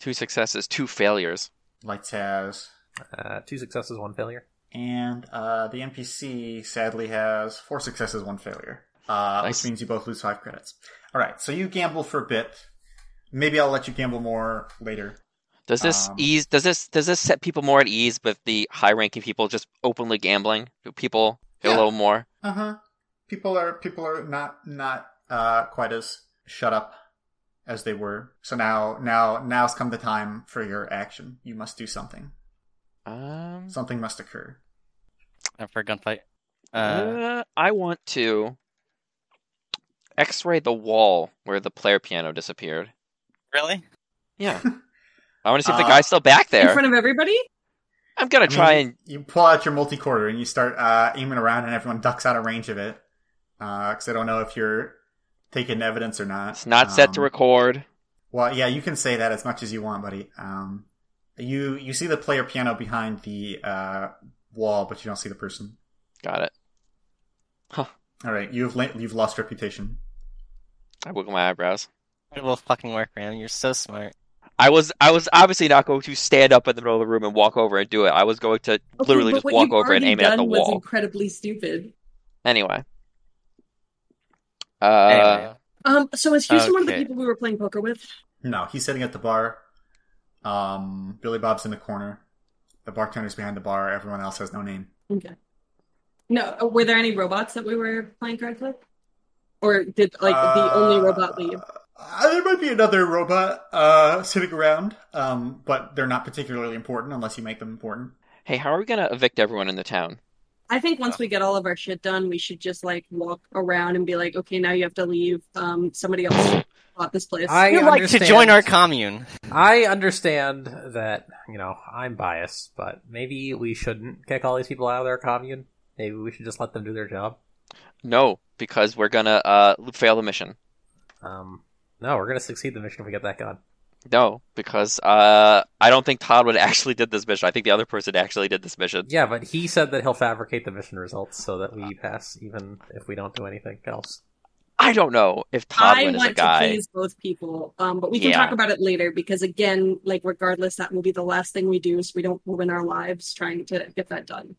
Two successes, two failures.
lights has,
Uh, two successes, one failure.
and uh, the NPC sadly has four successes, one failure, uh,
Nice.
which means you both lose five credits. All right, so you gamble for a bit. Maybe I'll let you gamble more later.
Does this
Um,
ease? Does this does this set people more at ease with the high ranking people just openly gambling? Do people feel
Yeah.
a little more?
Uh huh. People are people are not not uh, quite as shut up as they were. So now now now's come the time for your action. You must do something.
Um,
Something must occur.
Uh, for a gunfight. Uh,
uh, I want to X-ray the wall where the player piano disappeared.
really?
Yeah. I want to see if the
Uh,
guy's still back there.
In front of everybody?
I'm gonna
I mean,
try and
you pull out your multi quarter and you start uh, aiming around, and everyone ducks out of range of it because they don't know if you're taking evidence or not.
It's not set to
Um,
record.
Well, yeah, you can say that as much as you want, buddy. Um, you you see the player piano behind the uh, wall, but you don't see the person.
Got it.
All right, you've la- you've lost reputation.
I wiggle my eyebrows.
It will fucking work, man. You're so smart.
I was I was obviously not going to stand up in the middle of the room and walk over and do it. I was going to literally
but
just
what
walk
you've
over and
already
aim it at the
done was
wall.
incredibly stupid.
Anyway. Uh,
Uh,
Anyway.
Um, so is Houston one of the
Okay.
people we were playing poker with?
No, he's sitting at the bar. Um, Billy Bob's in the corner. The bartender's behind the bar. Everyone else has no name.
Okay. No, uh, were there any robots that we were playing cards with? Or did like the only
Uh,
robot leave?
Uh, there might be another robot uh, sitting around, um, but they're not particularly important unless you make them important.
hey, how are we gonna evict everyone in the town?
I think once we get all of our shit done, we should just like walk around and be like, okay, now you have to leave. Um, somebody else bought this place.
I
You'd like to
understand-
join our commune.
I understand that you know I'm biased, but maybe we shouldn't kick all these people out of their commune. Maybe we should just let them do their job.
No, because we're gonna uh fail the mission.
Um, no, we're gonna succeed the mission if we get that gun.
No, because uh I don't think Todd would actually did this mission. I think the other person actually did this mission.
Yeah, but he said that he'll fabricate the mission results so that we pass, even if we don't do anything else.
I don't know if Todd
I
went as a
want to
guy.
please both people, um, but we can
Yeah.
talk about it later because, again, like regardless, that will be the last thing we do, so we don't ruin our lives trying to get that done.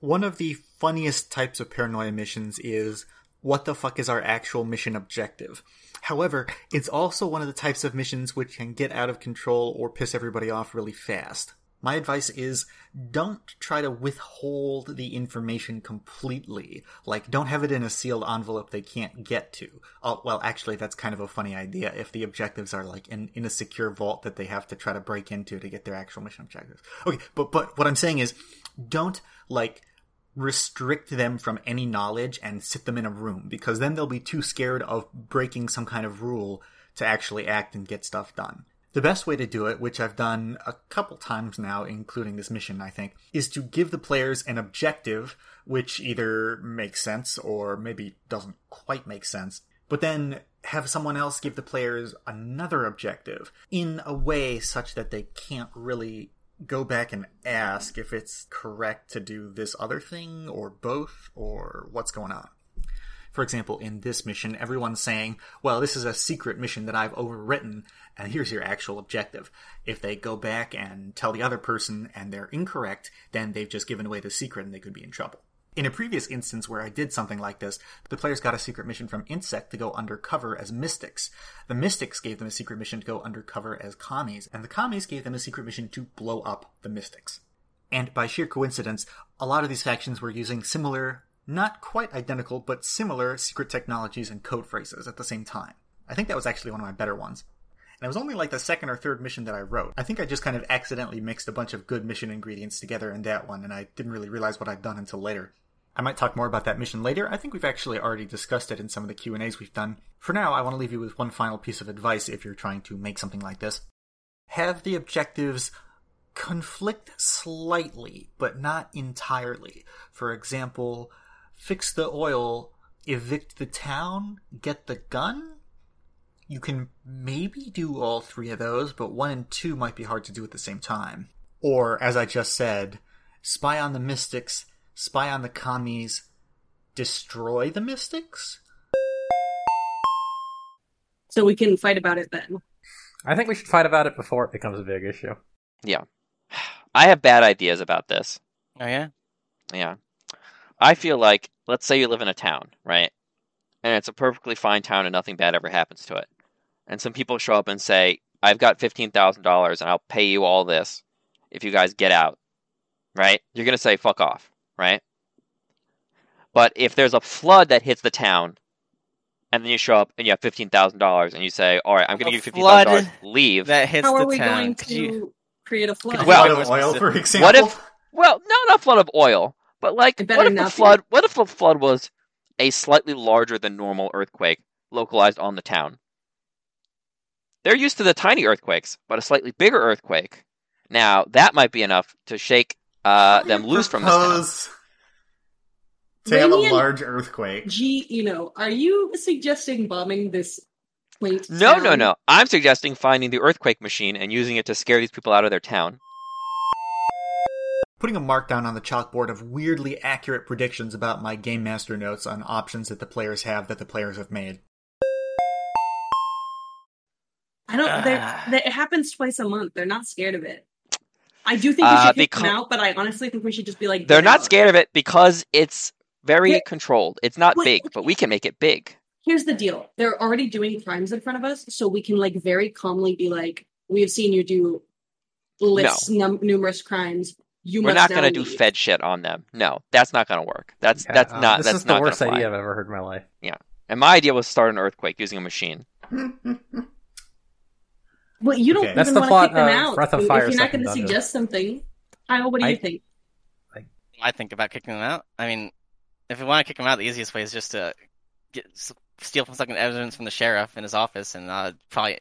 One of the funniest types of paranoia missions is what the fuck is our actual mission objective? However, it's also one of the types of missions which can get out of control or piss everybody off really fast. My advice is don't try to withhold the information completely. Like, don't have it in a sealed envelope they can't get to. Oh, well, actually, that's kind of a funny idea if the objectives are like in, in a secure vault that they have to try to break into to get their actual mission objectives. Okay, but, but what I'm saying is don't like restrict them from any knowledge and sit them in a room because then they'll be too scared of breaking some kind of rule to actually act and get stuff done. The best way to do it, which I've done a couple times now, including this mission, I think, is to give the players an objective which either makes sense or maybe doesn't quite make sense, but then have someone else give the players another objective in a way such that they can't really go back and ask if it's correct to do this other thing or both or what's going on. For example, in this mission, everyone's saying, well, this is a secret mission that I've overwritten, and here's your actual objective. If they go back and tell the other person and they're incorrect, then they've just given away the secret and they could be in trouble. In a previous instance where I did something like this, the players got a secret mission from Insect to go undercover as mystics. The mystics gave them a secret mission to go undercover as commies, and the commies gave them a secret mission to blow up the mystics. And by sheer coincidence, a lot of these factions were using similar, not quite identical, but similar secret technologies and code phrases at the same time. I think that was actually one of my better ones. And it was only like the second or third mission that I wrote. I think I just kind of accidentally mixed a bunch of good mission ingredients together in that one, and I didn't really realize what I'd done until later. I might talk more about that mission later. I think we've actually already discussed it in some of the Q&As we've done. For now, I want to leave you with one final piece of advice if you're trying to make something like this. Have the objectives conflict slightly, but not entirely. For example, fix the oil, evict the town, get the gun. You can maybe do all three of those, but one and two might be hard to do at the same time. Or, as I just said, spy on the mystics, spy on the commies, destroy the mystics?
So we can fight about it then.
I think we should fight about it before it becomes a big issue.
I have bad ideas about this.
Oh yeah.
Yeah. I feel like, let's say you live in a town, right? And it's a perfectly fine town and nothing bad ever happens to it. And some people show up and say, I've got $15,000 and I'll pay you all this if you guys get out, right? You're going to say, fuck off, right? But if there's a flood that hits the town, and then you show up and you have $15,000 and you say, all right, I'm going
A
to give you
flood
$15,000, leave.
That hits
How
the
are we
town.
going
Could
to
you-
create a flood?
Well,
Flood of oil, for example.
What if- Well, no, not flood of oil, but like
It better
what if
not
the
be.
flood? What if the flood was a slightly larger than normal earthquake localized on the town? They're used to the tiny earthquakes, but a slightly bigger earthquake. Now that might be enough to shake uh, them loose from this town.
Propose Tale of
Radiant-
large earthquake.
Gee, you know, are you suggesting bombing this quaint
No, no,
town?
no. I'm suggesting finding the earthquake machine and using it to scare these people out of their town.
Putting a mark down on the chalkboard of weirdly accurate predictions about my game master notes on options that the players have that the players have made.
I don't.
Ah.
They're, they, it happens twice a month. They're not scared of it. I do think we
Uh,
should kick
because-
them out, but I honestly think we should just be like,
They're
"Get
not
out."
scared of it because it's very
They're-
controlled. It's not
Wait,
big, but we can make it big.
Here's the deal: they're already doing crimes in front of us, so we can like very calmly be like, "We have seen you do lists num- numerous crimes. You
We're not
must
going to
now
do
leave."
fed shit on them. No, that's not going to work. That's
Yeah,
that's
uh,
not
This
that's
is
not
the worst
gonna fly.
idea I've ever heard in my life.
And my idea was start an earthquake using a machine.
Well, you don't
Okay.
That's
even
the plot
want to kick them
of
out.
Breath of
if
Fire
you're not going
Second
to
Dungeon.
suggest something, Kyle, what do
I-
you think?
I think about kicking them out. I mean, if we want to kick them out, the easiest way is just to get s- steal some fucking evidence from the sheriff in his office, and uh, probably.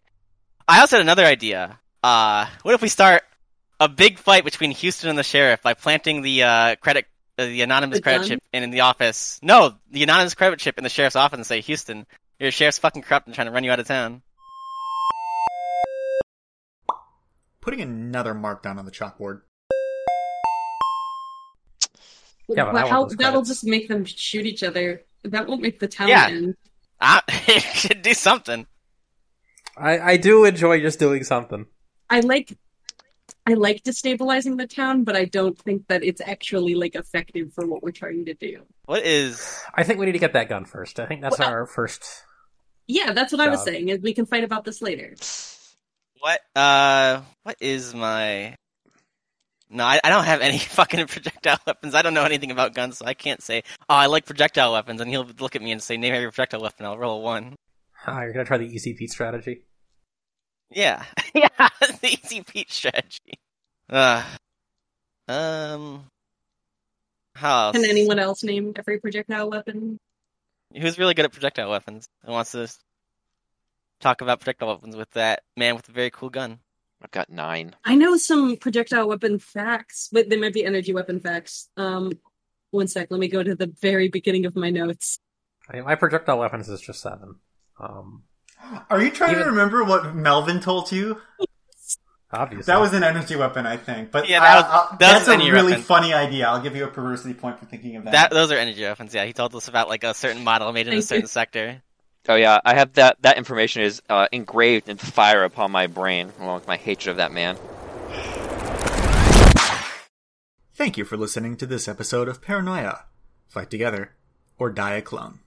I also had another idea. Uh, what if we start a big fight between Houston and the sheriff by planting the uh, credit, uh, the anonymous
The
credit
gun?
chip in, in the office? No, the anonymous credit chip in the sheriff's office, and say, "Houston, your sheriff's fucking corrupt and trying to run you out of town."
Putting another mark down on the chalkboard.
Yeah, but I
Well,
want
how-
those
that'll
credits.
just make them shoot each other. That won't make the town
Yeah.
end.
I Ah, should do something.
I, I do enjoy just doing something.
I like I like destabilizing the town, but I don't think that it's actually like effective for what we're trying to do.
What is?
I think we need to get that gun first. I think that's
Well,
our first.
Yeah, that's what I was
Job.
saying. Is we can fight about this later.
What uh what is my No, I, I don't have any fucking projectile weapons. I don't know anything about guns, so I can't say, oh, I like projectile weapons. And he'll look at me and say, name every projectile weapon. I'll roll a one.
Ah, you're gonna try the easy Pete strategy.
Yeah. yeah, it's the easy peach strategy. Uh, um, how
Can
else?
anyone else name every projectile weapon?
Who's really good at projectile weapons and wants to s- talk about projectile weapons with that man with a very cool gun?
I've got nine.
I know some projectile weapon facts, but they might be energy weapon facts. Um, one sec, let me go to the very beginning of my notes.
I mean, my projectile weapons is just seven. Um,
Are you trying to
Even-
remember what Melvin told you?
obviously,
That was an energy weapon, I think. But
Yeah, that was-
I- I-
that was
that's
an
a
energy
really
weapon.
funny idea. I'll give you a perversity point for thinking of
That
that.
those are energy weapons. Yeah, he told us about like a certain model made in a
Thank
certain
you.
sector.
Oh yeah, I have that. That information is uh, engraved in fire upon my brain, along with my hatred of that man.
Thank you for listening to this episode of Paranoia. Fight together or die a clone.